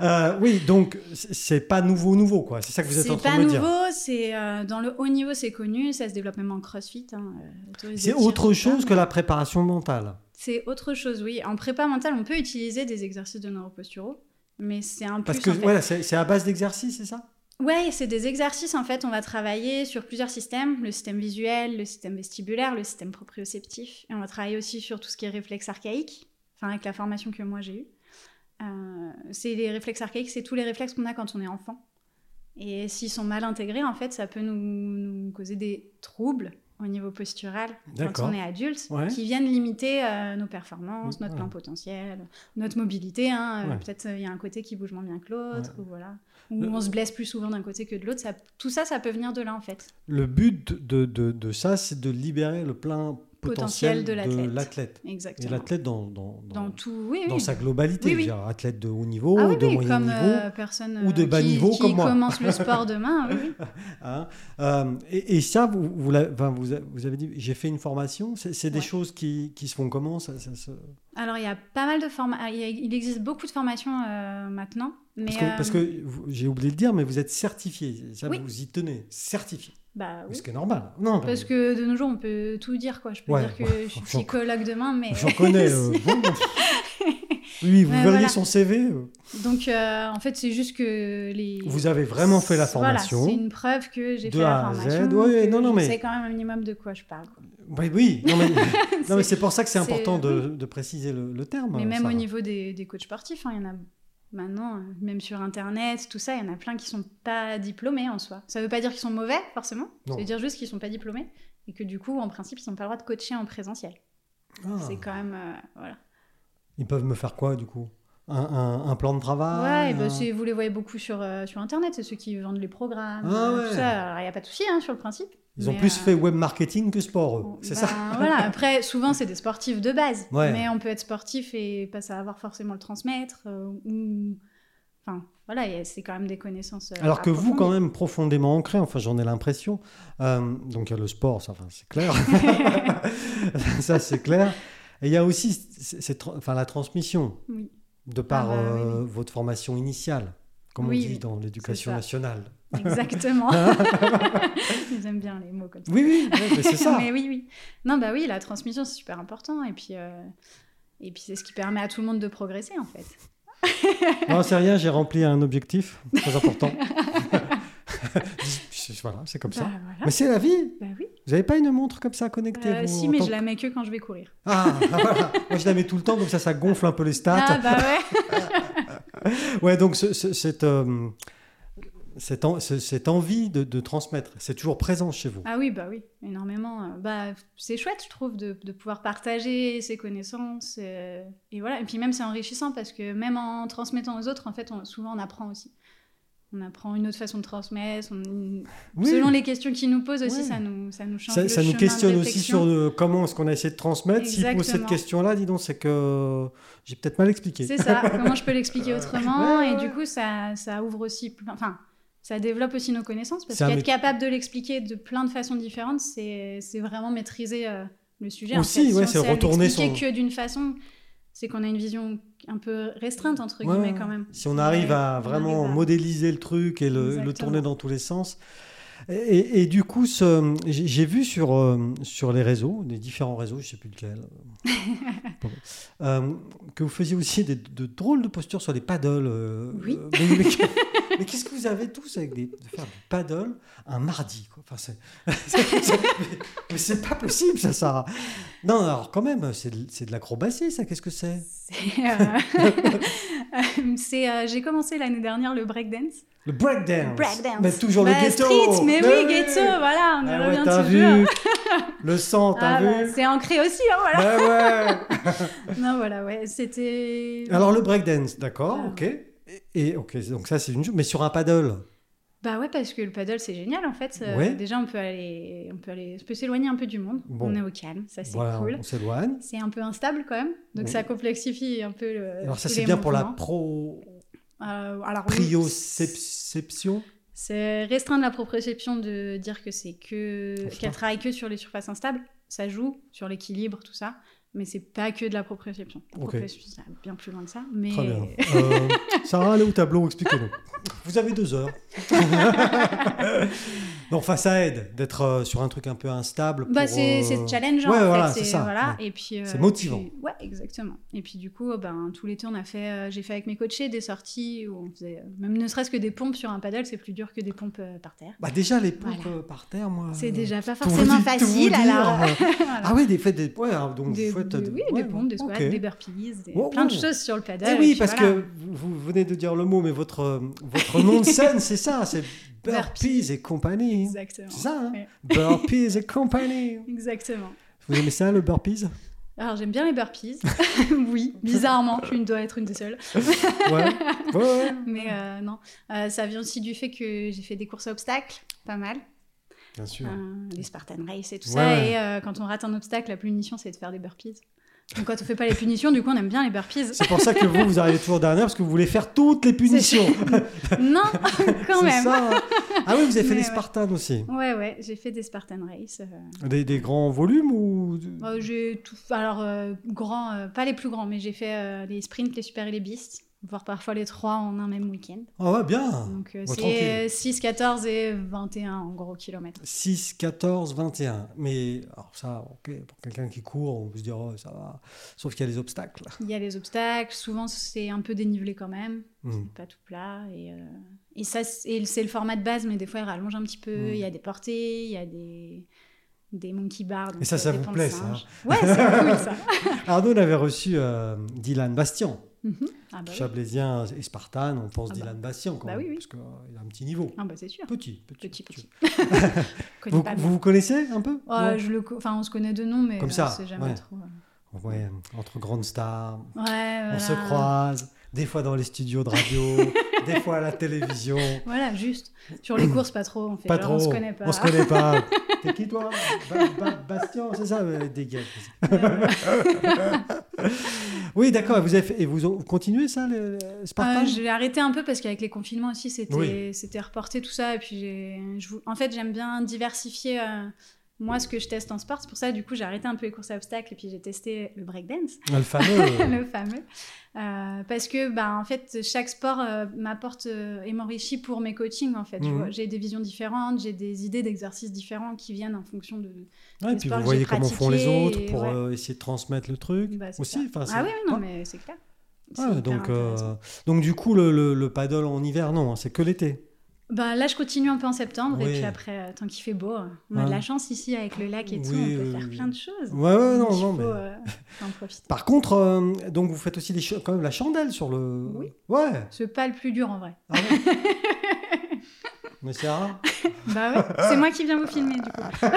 [SPEAKER 1] Euh, oui, donc c'est- c'est pas nouveau, nouveau, quoi. C'est ça que vous êtes en
[SPEAKER 2] C'est
[SPEAKER 1] train
[SPEAKER 2] pas
[SPEAKER 1] de me dire.
[SPEAKER 2] nouveau, c'est euh, dans le haut niveau, c'est connu, ça se développe même en CrossFit. hein, euh, autorisé
[SPEAKER 1] C'est
[SPEAKER 2] tir,
[SPEAKER 1] autre
[SPEAKER 2] tout ça,
[SPEAKER 1] chose
[SPEAKER 2] mais-
[SPEAKER 1] que la préparation mentale.
[SPEAKER 2] C'est autre chose, oui. En prépa mentale, on peut utiliser des exercices de neuroposturo, mais c'est un
[SPEAKER 1] Parce
[SPEAKER 2] plus.
[SPEAKER 1] que
[SPEAKER 2] en fait.
[SPEAKER 1] voilà, c'est c'est à base d'exercice, c'est ça
[SPEAKER 2] Ouais, c'est des exercices en fait. On va travailler sur plusieurs systèmes le système visuel, le système vestibulaire, le système proprioceptif. Et on va travailler aussi sur tout ce qui est réflexe archaïque, enfin avec la formation que moi j'ai eue. Euh, c'est les réflexes archaïques, c'est tous les réflexes qu'on a quand on est enfant. Et s'ils sont mal intégrés, en fait, ça peut nous, nous causer des troubles au niveau postural quand
[SPEAKER 1] D'accord.
[SPEAKER 2] on est adulte,
[SPEAKER 1] Ouais.
[SPEAKER 2] qui viennent limiter euh, nos performances, notre
[SPEAKER 1] Ouais.
[SPEAKER 2] plein potentiel, notre mobilité. hein, euh,
[SPEAKER 1] Ouais.
[SPEAKER 2] Peut-être euh, il y a un côté qui bouge moins bien que l'autre, ou voilà où on se blesse plus souvent d'un côté que de l'autre. Ça, tout ça, ça peut venir de là, en fait.
[SPEAKER 1] Le but de, de- de ça, c'est de libérer le plein potentiel,
[SPEAKER 2] Potentiel de l'athlète.
[SPEAKER 1] l'athlète. Et
[SPEAKER 2] Exactement.
[SPEAKER 1] l'athlète dans, dans, dans,
[SPEAKER 2] Dans tout, oui, oui.
[SPEAKER 1] dans sa globalité,
[SPEAKER 2] Oui,
[SPEAKER 1] je veux
[SPEAKER 2] oui.
[SPEAKER 1] dire, athlète de haut niveau,
[SPEAKER 2] ah oui,
[SPEAKER 1] de
[SPEAKER 2] oui,
[SPEAKER 1] moyen
[SPEAKER 2] comme
[SPEAKER 1] niveau.
[SPEAKER 2] euh, personne
[SPEAKER 1] ou de
[SPEAKER 2] euh,
[SPEAKER 1] bas
[SPEAKER 2] qui,
[SPEAKER 1] niveau
[SPEAKER 2] qui
[SPEAKER 1] comme moi.
[SPEAKER 2] commence le sport demain, oui, oui.
[SPEAKER 1] Hein Euh, et, et ça, vous, vous, l'avez- enfin, vous a- vous avez dit, j'ai fait une formation. C'est c'est des
[SPEAKER 2] Ouais.
[SPEAKER 1] choses qui, qui se font comment ça, ça se-
[SPEAKER 2] Alors, il y a pas mal de formations. Il existe beaucoup de formations euh, maintenant. Mais,
[SPEAKER 1] Parce que, parce
[SPEAKER 2] euh,
[SPEAKER 1] que vous- j'ai oublié de dire, mais vous êtes certifié. Ça,
[SPEAKER 2] Oui.
[SPEAKER 1] vous y tenez. Certifié.
[SPEAKER 2] bah, oui.
[SPEAKER 1] Ce qui est normal. Non, non,
[SPEAKER 2] Parce
[SPEAKER 1] mais
[SPEAKER 2] que de nos jours, on peut tout dire, quoi. Je peux
[SPEAKER 1] Ouais,
[SPEAKER 2] dire que je suis
[SPEAKER 1] j'en-
[SPEAKER 2] psychologue demain, mais...
[SPEAKER 1] J'en connais. euh, bon, bon. oui, vous
[SPEAKER 2] Ouais,
[SPEAKER 1] verriez
[SPEAKER 2] voilà.
[SPEAKER 1] son CV. euh,
[SPEAKER 2] Donc, euh, en fait, c'est juste que les...
[SPEAKER 1] Vous avez vraiment fait la
[SPEAKER 2] Voilà,
[SPEAKER 1] formation.
[SPEAKER 2] c'est une preuve que j'ai
[SPEAKER 1] De
[SPEAKER 2] fait la
[SPEAKER 1] A à Z,
[SPEAKER 2] formation.
[SPEAKER 1] ouais,
[SPEAKER 2] que
[SPEAKER 1] non, non,
[SPEAKER 2] je
[SPEAKER 1] mais-
[SPEAKER 2] sais quand même un minimum de quoi je parle. quoi.
[SPEAKER 1] Oui, oui. Non, mais, non, mais c'est pour ça que c'est
[SPEAKER 2] c'est-
[SPEAKER 1] important de, de préciser le, le terme.
[SPEAKER 2] Mais même
[SPEAKER 1] Sarah.
[SPEAKER 2] au niveau des, des coachs sportifs, hein, il y en a maintenant, euh, même sur Internet, tout ça, il y en a plein qui sont pas diplômés en soi. Ça veut pas dire qu'ils sont mauvais, forcément.
[SPEAKER 1] Non.
[SPEAKER 2] Ça veut dire juste qu'ils sont pas diplômés et que du coup, en principe, ils n'ont pas le droit de coacher en présentiel.
[SPEAKER 1] Ah.
[SPEAKER 2] C'est quand même... euh, voilà.
[SPEAKER 1] Ils peuvent me faire quoi, du coup un, un- un plan de
[SPEAKER 2] ouais,
[SPEAKER 1] travail
[SPEAKER 2] et ben,
[SPEAKER 1] un-
[SPEAKER 2] c'est- vous les voyez beaucoup sur, euh, sur Internet, c'est ceux qui vendent les programmes,
[SPEAKER 1] Ah
[SPEAKER 2] euh,
[SPEAKER 1] ouais.
[SPEAKER 2] tout ça. Alors, il n'y a pas de souci hein, sur le principe.
[SPEAKER 1] Ils ont
[SPEAKER 2] mais,
[SPEAKER 1] plus
[SPEAKER 2] euh,
[SPEAKER 1] fait web marketing que sport, eux.
[SPEAKER 2] Bon,
[SPEAKER 1] Oh, C'est
[SPEAKER 2] ben,
[SPEAKER 1] ça
[SPEAKER 2] voilà. Après, souvent, c'est des sportifs de base.
[SPEAKER 1] Ouais.
[SPEAKER 2] Mais on peut être sportif et pas savoir forcément le transmettre. euh, ou... Enfin, voilà, y a- c'est quand même des connaissances. euh,
[SPEAKER 1] Alors que vous, quand
[SPEAKER 2] approfondies.
[SPEAKER 1] même, profondément ancré, enfin j'en ai l'impression, euh, donc il y a le sport, ça, enfin, c'est clair, ça c'est clair, et il y a aussi c- cette tra- enfin, la transmission
[SPEAKER 2] Oui.
[SPEAKER 1] de par
[SPEAKER 2] Ah bah,
[SPEAKER 1] euh, votre formation initiale, comme
[SPEAKER 2] Oui,
[SPEAKER 1] on dit
[SPEAKER 2] oui,
[SPEAKER 1] dans l'éducation
[SPEAKER 2] ça.
[SPEAKER 1] nationale.
[SPEAKER 2] Exactement. J'aime bien les mots comme ça.
[SPEAKER 1] Oui, oui, ouais, mais c'est ça.
[SPEAKER 2] Mais oui, oui. Non, bah oui, la transmission, c'est super important. Et puis, euh, et puis c'est ce qui permet à tout le monde de progresser, en fait.
[SPEAKER 1] Non, c'est rien, j'ai rempli un objectif très important. voilà, c'est comme ça.
[SPEAKER 2] Bah, voilà.
[SPEAKER 1] Mais c'est la vie.
[SPEAKER 2] Bah oui.
[SPEAKER 1] Vous n'avez pas une montre comme ça connectée
[SPEAKER 2] Euh,
[SPEAKER 1] vous,
[SPEAKER 2] si,
[SPEAKER 1] en
[SPEAKER 2] mais
[SPEAKER 1] tant
[SPEAKER 2] je
[SPEAKER 1] que-
[SPEAKER 2] la mets que quand je vais courir.
[SPEAKER 1] Ah, ah, voilà. Moi, je la mets tout le temps, comme ça, ça gonfle un peu les stats.
[SPEAKER 2] Ah, bah ouais.
[SPEAKER 1] Ouais, donc ce- ce- cette, euh, cette, en- ce- cette envie de, de transmettre, c'est toujours présent chez vous.
[SPEAKER 2] Ah oui, bah oui, énormément. Euh, Bah, c'est chouette, je trouve, de, de pouvoir partager ses connaissances. euh, et voilà. Et puis même, c'est enrichissant parce que même en transmettant aux autres, en fait, on- souvent, on apprend aussi. On apprend une autre façon de transmettre. on-
[SPEAKER 1] Oui,
[SPEAKER 2] Selon les questions qu'ils nous posent aussi,
[SPEAKER 1] Ouais.
[SPEAKER 2] ça, nous, ça nous change.
[SPEAKER 1] ça,
[SPEAKER 2] le
[SPEAKER 1] ça
[SPEAKER 2] chemin
[SPEAKER 1] nous
[SPEAKER 2] de
[SPEAKER 1] questionne aussi
[SPEAKER 2] réflexion.
[SPEAKER 1] sur le- comment est-ce qu'on a essayé de transmettre. S'il pose cette
[SPEAKER 2] Exactement.
[SPEAKER 1] question-là, dis donc, c'est que j'ai peut-être mal expliqué.
[SPEAKER 2] C'est ça, comment je peux l'expliquer autrement.
[SPEAKER 1] Euh, ouais,
[SPEAKER 2] et
[SPEAKER 1] ouais.
[SPEAKER 2] du coup, ça, ça ouvre aussi. plein- Enfin, ça développe aussi nos connaissances parce
[SPEAKER 1] C'est un
[SPEAKER 2] qu'être
[SPEAKER 1] mét-
[SPEAKER 2] capable de l'expliquer de plein de façons différentes, c'est c'est vraiment maîtriser euh, le sujet. en
[SPEAKER 1] Aussi,
[SPEAKER 2] fait.
[SPEAKER 1] ouais,
[SPEAKER 2] on
[SPEAKER 1] c'est
[SPEAKER 2] sait à
[SPEAKER 1] retourner
[SPEAKER 2] l'expliquer
[SPEAKER 1] son-
[SPEAKER 2] que d'une façon, c'est qu'on a une vision un peu restreinte, entre
[SPEAKER 1] Ouais,
[SPEAKER 2] guillemets,
[SPEAKER 1] ouais.
[SPEAKER 2] quand même.
[SPEAKER 1] Si on arrive à
[SPEAKER 2] Ouais, on
[SPEAKER 1] vraiment
[SPEAKER 2] arrive à-
[SPEAKER 1] modéliser le truc et le, le
[SPEAKER 2] Exactement.
[SPEAKER 1] tourner dans tous les sens. Et, et- et du coup, ce- j'ai j'ai vu sur, euh, sur les réseaux, les différents réseaux, je ne sais plus lequel, euh, pardon, euh, que vous faisiez aussi des, de drôles de postures sur les paddles. euh,
[SPEAKER 2] Oui.
[SPEAKER 1] euh, mais mais qu'est- mais qu'est-ce que vous avez tous avec des, de faire du paddle un mardi quoi. Enfin, c'est- c'est- c'est- mais- Mais c'est pas possible, ça, Sarah. Non, alors quand même, c'est de, c'est de l'acrobatie, ça, qu'est-ce que c'est
[SPEAKER 2] C'est, euh, c'est, euh, J'ai commencé l'année dernière le breakdance.
[SPEAKER 1] Le breakdance.
[SPEAKER 2] Breakdance.
[SPEAKER 1] Mais toujours
[SPEAKER 2] Bah,
[SPEAKER 1] le ghetto.
[SPEAKER 2] street, mais oui, ghetto,
[SPEAKER 1] ghetto.
[SPEAKER 2] voilà, on y
[SPEAKER 1] Ah ouais,
[SPEAKER 2] revient
[SPEAKER 1] t'as
[SPEAKER 2] toujours.
[SPEAKER 1] vu le sang, t'as
[SPEAKER 2] Ah, bah,
[SPEAKER 1] vu Bah
[SPEAKER 2] c'est ancré aussi, hein, voilà.
[SPEAKER 1] Ouais,
[SPEAKER 2] Non, voilà, ouais, c'était.
[SPEAKER 1] ouais. Alors le breakdance, d'accord,
[SPEAKER 2] Ah.
[SPEAKER 1] ok. Et- Et ok, donc ça c'est une chose, mais sur un paddle.
[SPEAKER 2] Bah ouais, parce que le paddle, c'est génial en fait. Euh,
[SPEAKER 1] Ouais.
[SPEAKER 2] Déjà, on peut aller, on peut aller, on peut s'éloigner un peu du monde.
[SPEAKER 1] Bon.
[SPEAKER 2] On est au calme, ça c'est
[SPEAKER 1] Voilà,
[SPEAKER 2] cool. Euh,
[SPEAKER 1] on s'éloigne.
[SPEAKER 2] C'est un peu instable quand même, donc
[SPEAKER 1] Oui.
[SPEAKER 2] ça complexifie un peu le.
[SPEAKER 1] Alors ça
[SPEAKER 2] tous
[SPEAKER 1] c'est
[SPEAKER 2] les
[SPEAKER 1] bien pour la
[SPEAKER 2] mouvements.
[SPEAKER 1] pro...
[SPEAKER 2] Euh, alors, oui,
[SPEAKER 1] prioception.
[SPEAKER 2] Ah C'est restreindre la proprioception de dire que c'est que
[SPEAKER 1] Enfin.
[SPEAKER 2] qu'elle travaille que sur les surfaces instables. Ça joue sur l'équilibre, tout ça, mais c'est pas que de la proprioception. La
[SPEAKER 1] Ok.
[SPEAKER 2] proprioception, ça va bien plus loin que ça. Mais
[SPEAKER 1] Très bien. Euh, Sarah, allez au tableau, expliquez-nous. Vous avez deux heures. non, enfin ça aide d'être euh, sur un truc un peu instable.
[SPEAKER 2] Bah,
[SPEAKER 1] pour,
[SPEAKER 2] c'est
[SPEAKER 1] euh,
[SPEAKER 2] c'est challengeant
[SPEAKER 1] ouais,
[SPEAKER 2] en fait,
[SPEAKER 1] voilà,
[SPEAKER 2] c'est-
[SPEAKER 1] c'est ça,
[SPEAKER 2] voilà, et puis euh,
[SPEAKER 1] C'est motivant.
[SPEAKER 2] puis- ouais, exactement. Et puis du coup, euh, ben tout l'été on a fait euh, j'ai fait avec mes coachés des sorties où on faisait euh, même ne serait-ce que des pompes sur un paddle, c'est plus dur que des pompes euh, par terre.
[SPEAKER 1] Bah déjà les pompes
[SPEAKER 2] Voilà.
[SPEAKER 1] euh, par terre, moi.
[SPEAKER 2] C'est déjà pas
[SPEAKER 1] tout vous
[SPEAKER 2] forcément
[SPEAKER 1] dit- tout vous
[SPEAKER 2] facile
[SPEAKER 1] dire,
[SPEAKER 2] alors.
[SPEAKER 1] euh,
[SPEAKER 2] Voilà.
[SPEAKER 1] Ah oui, des fêtes des ouais, alors, donc
[SPEAKER 2] Des-
[SPEAKER 1] vous faites
[SPEAKER 2] des- oui,
[SPEAKER 1] ouais,
[SPEAKER 2] des pompes, des squats,
[SPEAKER 1] ok.
[SPEAKER 2] des burpees, des-
[SPEAKER 1] Oh,
[SPEAKER 2] plein de
[SPEAKER 1] oh.
[SPEAKER 2] choses sur le paddle.
[SPEAKER 1] Eh
[SPEAKER 2] et
[SPEAKER 1] oui,
[SPEAKER 2] puis
[SPEAKER 1] parce
[SPEAKER 2] voilà.
[SPEAKER 1] que vous vous venez de dire le mot, mais votre, euh, votre nom de scène, c'est ça, c'est Burpees et compagnie.
[SPEAKER 2] Exactement.
[SPEAKER 1] C'est ça, hein
[SPEAKER 2] Ouais.
[SPEAKER 1] Burpees et compagnie.
[SPEAKER 2] Exactement.
[SPEAKER 1] Vous aimez ça, le Burpees
[SPEAKER 2] Alors j'aime bien les burpees, oui, bizarrement, je dois être une des seules.
[SPEAKER 1] Ouais. ouais, ouais.
[SPEAKER 2] Mais euh, non, Euh, ça vient aussi du fait que j'ai fait des courses à obstacles, pas mal.
[SPEAKER 1] Bien sûr.
[SPEAKER 2] Euh, les Spartan Race et tout
[SPEAKER 1] hein. Ouais,
[SPEAKER 2] ça.
[SPEAKER 1] ouais.
[SPEAKER 2] Et euh, quand on rate un obstacle, la punition, c'est de faire des burpees. Donc quand on fait pas les punitions, du coup, on aime bien les burpees.
[SPEAKER 1] C'est pour ça que vous, vous arrivez toujours dernière, parce que vous voulez faire toutes les punitions.
[SPEAKER 2] non, quand
[SPEAKER 1] C'est
[SPEAKER 2] même.
[SPEAKER 1] ça. Ah oui, vous avez fait
[SPEAKER 2] Mais
[SPEAKER 1] les
[SPEAKER 2] ouais.
[SPEAKER 1] Spartans aussi.
[SPEAKER 2] Ouais, ouais, j'ai fait des Spartan Race. euh.
[SPEAKER 1] Des, des grands volumes ou...
[SPEAKER 2] Euh, j'ai tout. Alors, euh, grand, euh, pas les plus grands, mais j'ai fait euh, les sprints, les super et les beasts, voire parfois les trois en un même week-end.
[SPEAKER 1] Ah ouais, bien.
[SPEAKER 2] Donc euh,
[SPEAKER 1] Bon, tranquille.
[SPEAKER 2] c'est euh, 6, 14 et 21 en gros kilomètres.
[SPEAKER 1] 6, 14, 21. Mais alors ça, ok, pour quelqu'un qui court, on peut se dire, oh, ça va. Sauf qu'il y a les obstacles.
[SPEAKER 2] Il y a les obstacles, souvent c'est un peu dénivelé quand même.
[SPEAKER 1] Hmm.
[SPEAKER 2] pas tout plat. Et, euh, et ça, c'est c'est le format de base, mais des fois, il rallonge un petit peu.
[SPEAKER 1] Mm.
[SPEAKER 2] Il y a des portées, il y a des, des monkey bars. donc euh,
[SPEAKER 1] Et ça, hein. ça vous
[SPEAKER 2] dépend de
[SPEAKER 1] plaît,
[SPEAKER 2] singe. Ouais, c'est cool, ça.
[SPEAKER 1] Arnaud, on avait reçu euh, Dylan Bastian,
[SPEAKER 2] Mhm. ah bah, oui.
[SPEAKER 1] Chablaisien et Spartan. On pense
[SPEAKER 2] Ah bah.
[SPEAKER 1] Dylan Bastian quand
[SPEAKER 2] Bah
[SPEAKER 1] même,
[SPEAKER 2] oui, oui.
[SPEAKER 1] parce qu'il a un petit niveau.
[SPEAKER 2] Ah bah, c'est sûr.
[SPEAKER 1] Petit, petit.
[SPEAKER 2] Petit, petit. Je connais
[SPEAKER 1] Vous,
[SPEAKER 2] pas
[SPEAKER 1] vous vous connaissez un peu
[SPEAKER 2] le- Ouais,
[SPEAKER 1] Non
[SPEAKER 2] je le co- Enfin, on se connaît de nom, mais
[SPEAKER 1] Comme
[SPEAKER 2] on
[SPEAKER 1] ça,
[SPEAKER 2] sait jamais
[SPEAKER 1] ouais.
[SPEAKER 2] trop. euh.
[SPEAKER 1] Ouais, entre grandes stars,
[SPEAKER 2] Ouais,
[SPEAKER 1] on se
[SPEAKER 2] voilà.
[SPEAKER 1] croise. des fois dans les studios de radio, des fois à la télévision.
[SPEAKER 2] Voilà, juste. Sur les courses, pas trop. On fait
[SPEAKER 1] Pas
[SPEAKER 2] genre,
[SPEAKER 1] trop.
[SPEAKER 2] on se connaît pas.
[SPEAKER 1] On se connaît pas. T'es qui toi Ba- Ba- Bastien, c'est ça euh, Dégage.
[SPEAKER 2] Euh,
[SPEAKER 1] Oui, d'accord. Et vous, avez fait- et vous, vous continuez ça, le, le- ce
[SPEAKER 2] Euh,
[SPEAKER 1] partage
[SPEAKER 2] j'ai arrêté un peu parce qu'avec les confinements aussi, c'était
[SPEAKER 1] Oui.
[SPEAKER 2] c'était reporté tout ça. Et puis, j'ai- je vou- en fait, j'aime bien diversifier euh, moi ce que je teste en sport. C'est pour ça, du coup, j'ai arrêté un peu les courses à obstacles et puis j'ai testé le breakdance,
[SPEAKER 1] Ah, Le fameux.
[SPEAKER 2] le fameux. Euh, parce que, bah, en fait, chaque sport euh, m'apporte euh, et m'enrichit pour mes coachings. En fait, Je
[SPEAKER 1] Mhm.
[SPEAKER 2] vois- j'ai des visions différentes, j'ai des idées d'exercices différents qui viennent en fonction de.
[SPEAKER 1] Ouais, et
[SPEAKER 2] le
[SPEAKER 1] puis
[SPEAKER 2] sport
[SPEAKER 1] vous
[SPEAKER 2] que
[SPEAKER 1] voyez
[SPEAKER 2] j'ai
[SPEAKER 1] comment font les
[SPEAKER 2] pratiqué,
[SPEAKER 1] autres
[SPEAKER 2] et
[SPEAKER 1] pour
[SPEAKER 2] ouais.
[SPEAKER 1] euh, essayer de transmettre le truc.
[SPEAKER 2] Bah, c'est
[SPEAKER 1] Aussi, enfin,
[SPEAKER 2] ça. Ah
[SPEAKER 1] c'est-
[SPEAKER 2] oui, oui,
[SPEAKER 1] Ouais.
[SPEAKER 2] non, mais c'est clair. C'est
[SPEAKER 1] Ouais,
[SPEAKER 2] hyper
[SPEAKER 1] donc, euh,
[SPEAKER 2] intéressant.
[SPEAKER 1] donc du coup, le, le, le paddle en hiver, non, hein, c'est que l'été.
[SPEAKER 2] Bah, là, je continue un peu en septembre,
[SPEAKER 1] Oui.
[SPEAKER 2] et puis après, euh, tant qu'il fait beau, euh, on a
[SPEAKER 1] Ouais.
[SPEAKER 2] de la chance ici avec le lac et tout,
[SPEAKER 1] Oui,
[SPEAKER 2] on peut
[SPEAKER 1] oui,
[SPEAKER 2] faire
[SPEAKER 1] oui.
[SPEAKER 2] plein de choses.
[SPEAKER 1] Ouais, ouais, non,
[SPEAKER 2] Il
[SPEAKER 1] non,
[SPEAKER 2] faut,
[SPEAKER 1] mais-
[SPEAKER 2] euh, en profiter.
[SPEAKER 1] Par contre, euh, donc vous faites aussi des ch- quand même la chandelle sur le.
[SPEAKER 2] Oui.
[SPEAKER 1] Ouais.
[SPEAKER 2] C'est pas le plus dur en vrai.
[SPEAKER 1] Ah ouais. mais c'est rare.
[SPEAKER 2] Bah ouais, c'est moi qui viens vous filmer du coup.
[SPEAKER 1] Ouais,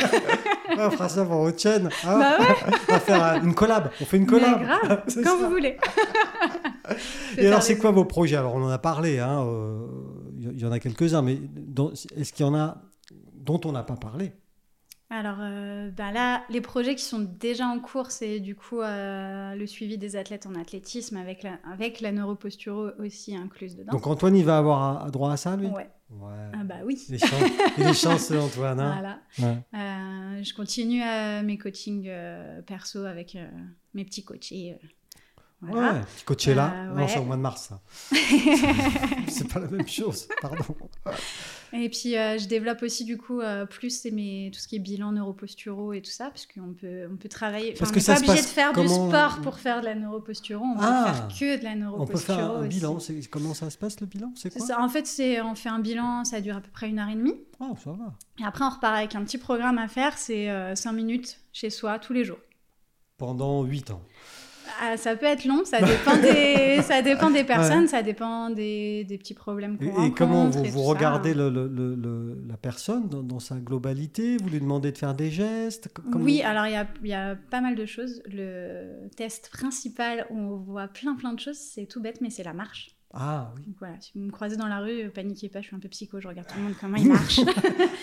[SPEAKER 1] Ah, on fera ça pour votre chaîne. hein.
[SPEAKER 2] Bah ouais,
[SPEAKER 1] On va faire euh, une collab. On fait une
[SPEAKER 2] mais
[SPEAKER 1] collab.
[SPEAKER 2] grave,
[SPEAKER 1] C'est
[SPEAKER 2] quand
[SPEAKER 1] ça.
[SPEAKER 2] vous voulez.
[SPEAKER 1] Et alors, c'est quoi vos projets Alors, on en a parlé. hein, euh, Il y en a quelques-uns, mais dans- est-ce qu'il y en a dont on n'a pas parlé
[SPEAKER 2] Alors euh, bah là, les projets qui sont déjà en cours, c'est du coup euh, le suivi des athlètes en athlétisme avec la, avec la neuroposturo aussi incluse dedans.
[SPEAKER 1] Donc, Antoine, il va avoir à- à droit à ça, lui
[SPEAKER 2] ouais.
[SPEAKER 1] Ouais.
[SPEAKER 2] Ah bah oui.
[SPEAKER 1] Les chances, les chances, Antoine. hein.
[SPEAKER 2] Voilà.
[SPEAKER 1] Ouais.
[SPEAKER 2] Euh, je continue euh, mes coachings euh, perso avec euh, mes petits coachés. euh, voilà.
[SPEAKER 1] Ouais, Coachella,
[SPEAKER 2] Euh,
[SPEAKER 1] non,
[SPEAKER 2] ouais.
[SPEAKER 1] c'est au mois de mars. ça. c'est pas la même chose, pardon.
[SPEAKER 2] Et puis euh, je développe aussi du coup euh, plus c'est mes, tout ce qui est bilan neuroposturo et tout ça, parce qu'on peut, on peut travailler.
[SPEAKER 1] Parce que
[SPEAKER 2] Enfin, on n'est
[SPEAKER 1] ça
[SPEAKER 2] pas
[SPEAKER 1] se
[SPEAKER 2] obligé de
[SPEAKER 1] passe
[SPEAKER 2] faire
[SPEAKER 1] comment,
[SPEAKER 2] du sport
[SPEAKER 1] euh,
[SPEAKER 2] pour faire de la neuroposturo, on
[SPEAKER 1] Ah.
[SPEAKER 2] peut faire que de la
[SPEAKER 1] On peut
[SPEAKER 2] neuroposturo.
[SPEAKER 1] faire un
[SPEAKER 2] aussi.
[SPEAKER 1] bilan. c'est- Comment ça se passe le bilan C'est
[SPEAKER 2] C'est
[SPEAKER 1] quoi
[SPEAKER 2] ça. En fait, c'est, on fait un bilan, ça dure à peu près une heure et demie.
[SPEAKER 1] Oh, ça va.
[SPEAKER 2] Et après, on repart avec un petit programme à faire, c'est 5 minutes chez soi tous les jours.
[SPEAKER 1] Pendant 8 ans.
[SPEAKER 2] Ah, ça peut être long, ça dépend des, ça dépend des personnes, ça dépend des, des petits problèmes
[SPEAKER 1] Et,
[SPEAKER 2] qu'on
[SPEAKER 1] et
[SPEAKER 2] rencontre.
[SPEAKER 1] comment vous,
[SPEAKER 2] et
[SPEAKER 1] vous
[SPEAKER 2] tout ça.
[SPEAKER 1] regardez le- le- le- le- la personne dans, dans sa globalité Vous lui demandez de faire des gestes co- comment-
[SPEAKER 2] Oui, alors il y a, il y a pas mal de choses. Le test principal où on voit plein plein de choses, c'est tout bête, mais c'est la marche.
[SPEAKER 1] Ah oui.
[SPEAKER 2] Donc voilà, si vous me croisez dans la rue, euh, paniquez pas, je suis un peu psycho, je regarde tout le monde comment il marche.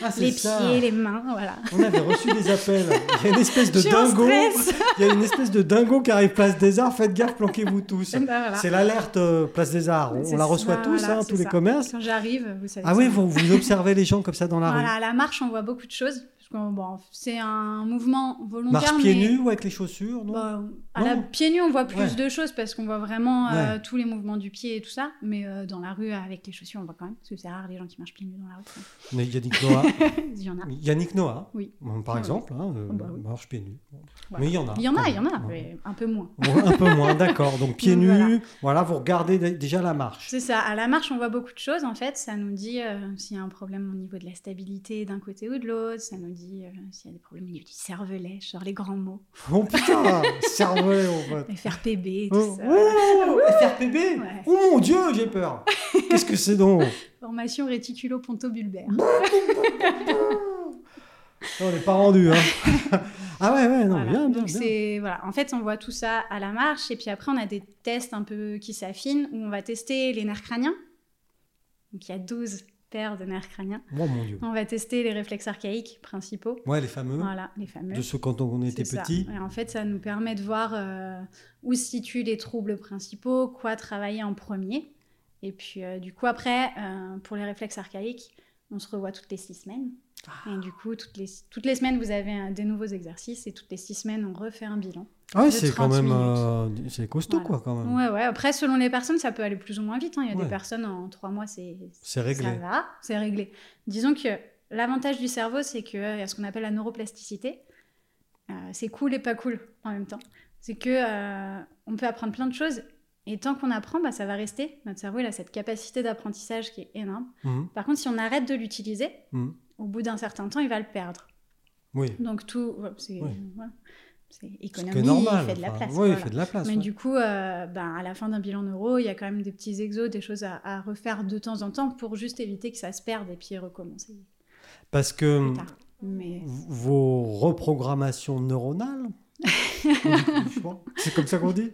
[SPEAKER 1] Ah, c'est
[SPEAKER 2] les
[SPEAKER 1] ça.
[SPEAKER 2] pieds, les mains, voilà.
[SPEAKER 1] On avait reçu des appels. Il y a une espèce de
[SPEAKER 2] je suis en
[SPEAKER 1] dingo.
[SPEAKER 2] stress
[SPEAKER 1] Il y a une espèce de dingo qui arrive place des Arts. Faites gaffe, planquez-vous tous.
[SPEAKER 2] Bah, voilà.
[SPEAKER 1] C'est l'alerte euh, place des Arts. On,
[SPEAKER 2] C'est
[SPEAKER 1] on la reçoit
[SPEAKER 2] ça,
[SPEAKER 1] tous,
[SPEAKER 2] voilà,
[SPEAKER 1] hein,
[SPEAKER 2] c'est
[SPEAKER 1] tous les
[SPEAKER 2] ça.
[SPEAKER 1] commerces.
[SPEAKER 2] Quand j'arrive, vous savez.
[SPEAKER 1] Ah
[SPEAKER 2] ça.
[SPEAKER 1] oui, vous, vous observez les gens comme ça dans la
[SPEAKER 2] Voilà, à la marche, on voit beaucoup de choses. parce que, bon, c'est un mouvement
[SPEAKER 1] rue.
[SPEAKER 2] volontaire.
[SPEAKER 1] Marche pieds
[SPEAKER 2] mais-
[SPEAKER 1] nus ou avec les chaussures, non
[SPEAKER 2] Bah, à
[SPEAKER 1] Non.
[SPEAKER 2] la pieds nus, on voit plus
[SPEAKER 1] Ouais.
[SPEAKER 2] de choses parce qu'on voit vraiment euh,
[SPEAKER 1] Ouais.
[SPEAKER 2] tous les mouvements du pied et tout ça. Mais euh, dans la rue, avec les chaussures, on voit quand même. Parce que c'est rare les gens qui marchent pieds nus dans la rue. quoi.
[SPEAKER 1] Mais Yannick Noah.
[SPEAKER 2] Il y en a.
[SPEAKER 1] Yannick Noah,
[SPEAKER 2] Oui.
[SPEAKER 1] bon, par
[SPEAKER 2] Oui.
[SPEAKER 1] exemple, hein, euh,
[SPEAKER 2] Oh, bah oui.
[SPEAKER 1] marche pieds nus. Bon.
[SPEAKER 2] Voilà.
[SPEAKER 1] Mais il y en a.
[SPEAKER 2] Il y en
[SPEAKER 1] quand
[SPEAKER 2] a, il y en a,
[SPEAKER 1] même.
[SPEAKER 2] mais un peu moins.
[SPEAKER 1] Bon, un peu moins, d'accord. Donc pieds
[SPEAKER 2] Donc,
[SPEAKER 1] nus, voilà.
[SPEAKER 2] voilà.
[SPEAKER 1] vous regardez dé- déjà la marche.
[SPEAKER 2] C'est ça. À la marche, on voit beaucoup de choses. En fait, ça nous dit euh, s'il y a un problème au niveau de la stabilité d'un côté ou de l'autre. Ça nous dit euh, s'il y a des problèmes au niveau du cervelet, genre les grands mots,
[SPEAKER 1] Oh putain, cervelet en fait.
[SPEAKER 2] FRPB, et tout
[SPEAKER 1] Oh,
[SPEAKER 2] ça.
[SPEAKER 1] oh, FRPB
[SPEAKER 2] euh, Ouais.
[SPEAKER 1] Oh mon dieu, j'ai peur Qu'est-ce que c'est donc
[SPEAKER 2] Formation réticulo-pontobulbaire.
[SPEAKER 1] On n'est pas rendu, hein Ah ouais, ouais, non,
[SPEAKER 2] Voilà.
[SPEAKER 1] bien, bien,
[SPEAKER 2] Donc
[SPEAKER 1] bien.
[SPEAKER 2] c'est- voilà. En fait, on voit tout ça à la marche, et puis après, on a des tests un peu qui s'affinent, où on va tester les nerfs crâniens. Donc il y a 12 paires de nerfs crâniens.
[SPEAKER 1] Oh mon dieu.
[SPEAKER 2] On va tester les réflexes archaïques principaux.
[SPEAKER 1] Ouais, les fameux,
[SPEAKER 2] Voilà, les fameux.
[SPEAKER 1] Hein de ceux quand on
[SPEAKER 2] C'est
[SPEAKER 1] était
[SPEAKER 2] ça.
[SPEAKER 1] petit.
[SPEAKER 2] Et en fait, ça nous permet de voir euh, où se situent les troubles principaux, quoi travailler en premier. Et puis, euh, du coup, après, euh, pour les réflexes archaïques, on se revoit toutes les six semaines.
[SPEAKER 1] Ah.
[SPEAKER 2] Et du coup, toutes les, toutes les semaines, vous avez euh, des nouveaux exercices et toutes les six semaines, on refait un bilan.
[SPEAKER 1] Ah ouais,
[SPEAKER 2] de
[SPEAKER 1] c'est quand
[SPEAKER 2] 30
[SPEAKER 1] même...
[SPEAKER 2] minutes.
[SPEAKER 1] euh, c'est costaud,
[SPEAKER 2] Voilà.
[SPEAKER 1] quoi, quand même.
[SPEAKER 2] Ouais, ouais. Après, selon les personnes, ça peut aller plus ou moins vite. hein. Il y a
[SPEAKER 1] Ouais.
[SPEAKER 2] des personnes, en trois mois, c'est
[SPEAKER 1] C'est réglé.
[SPEAKER 2] ça va, c'est réglé. Disons que l'avantage du cerveau, c'est qu'il y a ce qu'on appelle la neuroplasticité. Euh, c'est cool et pas cool en même temps. C'est que euh, on peut apprendre plein de choses et tant qu'on apprend, bah, ça va rester. Notre cerveau, il a cette capacité d'apprentissage qui est énorme.
[SPEAKER 1] Mhm,
[SPEAKER 2] Par contre, si on arrête de l'utiliser,
[SPEAKER 1] mhm.
[SPEAKER 2] au bout d'un certain temps, il va le perdre.
[SPEAKER 1] Oui.
[SPEAKER 2] Donc tout, ouais, c'est
[SPEAKER 1] Oui.
[SPEAKER 2] voilà. C'est
[SPEAKER 1] Ce qui est
[SPEAKER 2] économie, il fait de la
[SPEAKER 1] enfin,
[SPEAKER 2] place.
[SPEAKER 1] Oui,
[SPEAKER 2] voilà.
[SPEAKER 1] il fait de la place.
[SPEAKER 2] Mais
[SPEAKER 1] ouais.
[SPEAKER 2] du coup, euh, ben, à la fin d'un bilan neuro, il y a quand même des petits exos, des choses à, à refaire de temps en temps pour juste éviter que ça se perde et puis recommencer
[SPEAKER 1] Parce que hum,
[SPEAKER 2] plus tard. Mais
[SPEAKER 1] v- vos reprogrammations neuronales, crois. C'est comme ça qu'on dit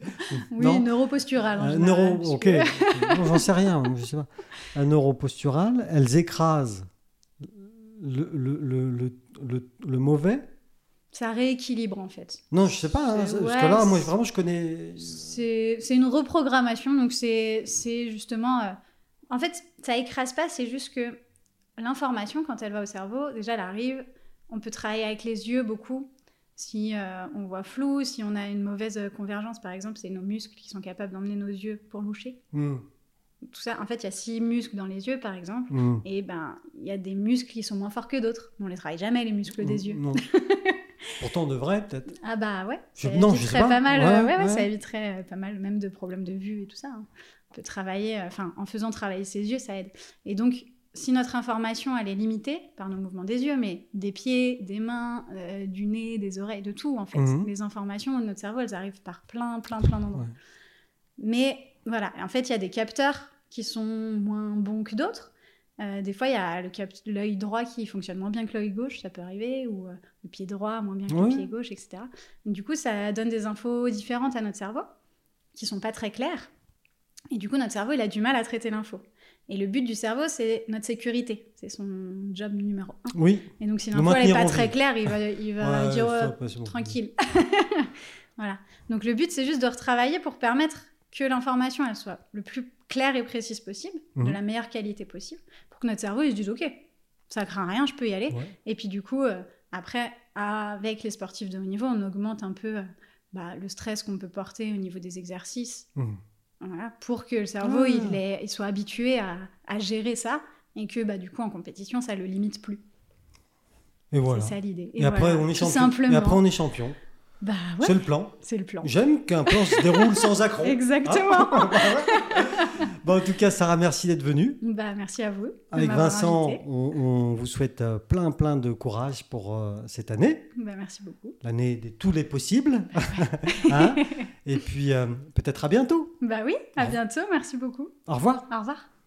[SPEAKER 2] Oui, neuroposturale en
[SPEAKER 1] Mm. Euh,
[SPEAKER 2] général,
[SPEAKER 1] neuro,
[SPEAKER 2] parce
[SPEAKER 1] ok.
[SPEAKER 2] que-
[SPEAKER 1] Bon, J'en sais rien, je sais pas. Un neuropostural, elles écrasent le, le, le, le, le- le mauvais.
[SPEAKER 2] Ça rééquilibre en fait.
[SPEAKER 1] Non, je sais pas. hein,
[SPEAKER 2] C'est-
[SPEAKER 1] parce que
[SPEAKER 2] ouais,
[SPEAKER 1] là, moi,
[SPEAKER 2] c'est-
[SPEAKER 1] vraiment, je connais.
[SPEAKER 2] C'est c'est une reprogrammation, donc c'est c'est justement. euh, En fait, ça écrase pas, c'est juste que l'information, quand elle va au cerveau, déjà elle arrive. On peut travailler avec les yeux beaucoup. Si euh, on voit flou, si on a une mauvaise convergence, par exemple, c'est nos muscles qui sont capables d'emmener nos yeux pour loucher.
[SPEAKER 1] Hmm,
[SPEAKER 2] Tout ça, en fait, il y a six muscles dans les yeux, par exemple.
[SPEAKER 1] hmm.
[SPEAKER 2] Et ben, il y a des muscles qui sont moins forts que d'autres. On les travaille jamais, les muscles des yeux.
[SPEAKER 1] Hmm, Non. Pourtant, on devrait peut-être.
[SPEAKER 2] Ah bah ouais,
[SPEAKER 1] Je-
[SPEAKER 2] ça
[SPEAKER 1] non, je sais
[SPEAKER 2] éviterait
[SPEAKER 1] pas.
[SPEAKER 2] pas, mal,
[SPEAKER 1] Ouais,
[SPEAKER 2] euh, ouais, ouais,
[SPEAKER 1] ouais.
[SPEAKER 2] ça éviterait euh, pas mal même de problèmes de vue et tout ça. hein. On peut travailler, euh, enfin en faisant travailler ses yeux, ça aide. Et donc, si notre information elle est limitée par nos mouvements des yeux, mais des pieds, des mains, euh, du nez, des oreilles, de tout en fait,
[SPEAKER 1] Mhm.
[SPEAKER 2] les informations de notre cerveau, elles arrivent par plein, plein, plein d'endroits.
[SPEAKER 1] Ouais.
[SPEAKER 2] Mais voilà, en fait, il y a des capteurs qui sont moins bons que d'autres. Euh, des fois, il y a le cap- l'œil droit qui fonctionne moins bien que l'œil gauche, ça peut arriver, ou euh, le pied droit moins bien que
[SPEAKER 1] Ouais.
[SPEAKER 2] le pied gauche, etc. Du coup, ça donne des infos différentes à notre cerveau, qui sont pas très claires. Et du coup, notre cerveau, il a du mal à traiter l'info. Et le but du cerveau, c'est notre sécurité. C'est son job numéro un.
[SPEAKER 1] Oui.
[SPEAKER 2] Et donc, si
[SPEAKER 1] Nous
[SPEAKER 2] l'info, elle n'est
[SPEAKER 1] maintenir
[SPEAKER 2] pas
[SPEAKER 1] en
[SPEAKER 2] très
[SPEAKER 1] vie.
[SPEAKER 2] claire, il va, il va
[SPEAKER 1] Ouais,
[SPEAKER 2] dire
[SPEAKER 1] faut
[SPEAKER 2] euh,
[SPEAKER 1] pas se-
[SPEAKER 2] tranquille. voilà. Donc le but, c'est juste de retravailler pour permettre que l'information, elle soit le plus claire et précise possible,
[SPEAKER 1] Mhm.
[SPEAKER 2] de la meilleure qualité possible, pour que notre cerveau, il se dise, OK, ça craint rien, je peux y aller.
[SPEAKER 1] Ouais.
[SPEAKER 2] Et puis du coup, euh, après, avec les sportifs de haut niveau, on augmente un peu euh, bah, le stress qu'on peut porter au niveau des exercices,
[SPEAKER 1] Hmm.
[SPEAKER 2] voilà, pour que le cerveau,
[SPEAKER 1] Ah.
[SPEAKER 2] il, est- il soit habitué à, à gérer ça, et que bah, du coup, en compétition, ça le limite plus.
[SPEAKER 1] Et voilà.
[SPEAKER 2] C'est ça l'idée.
[SPEAKER 1] Et, après,
[SPEAKER 2] voilà,
[SPEAKER 1] on est
[SPEAKER 2] tout
[SPEAKER 1] champion.
[SPEAKER 2] simplement.
[SPEAKER 1] Et après, on est champion.
[SPEAKER 2] Bah ouais,
[SPEAKER 1] C'est le plan.
[SPEAKER 2] c'est le plan.
[SPEAKER 1] J'aime qu'un plan se déroule sans accroc. hein.
[SPEAKER 2] Exactement.
[SPEAKER 1] Ah. Bon, Bah, en tout cas, Sarah, merci d'être venue.
[SPEAKER 2] Bah, merci à vous. de
[SPEAKER 1] Avec
[SPEAKER 2] m'avoir
[SPEAKER 1] Vincent,
[SPEAKER 2] invité.
[SPEAKER 1] on, on vous souhaite euh, plein, plein de courage pour euh, cette année,
[SPEAKER 2] Bah, merci beaucoup.
[SPEAKER 1] l'année de tous les possibles. Hein Et puis, euh, peut-être à bientôt.
[SPEAKER 2] Bah oui, à
[SPEAKER 1] Ouais.
[SPEAKER 2] bientôt. Merci beaucoup.
[SPEAKER 1] Au revoir.
[SPEAKER 2] Au revoir.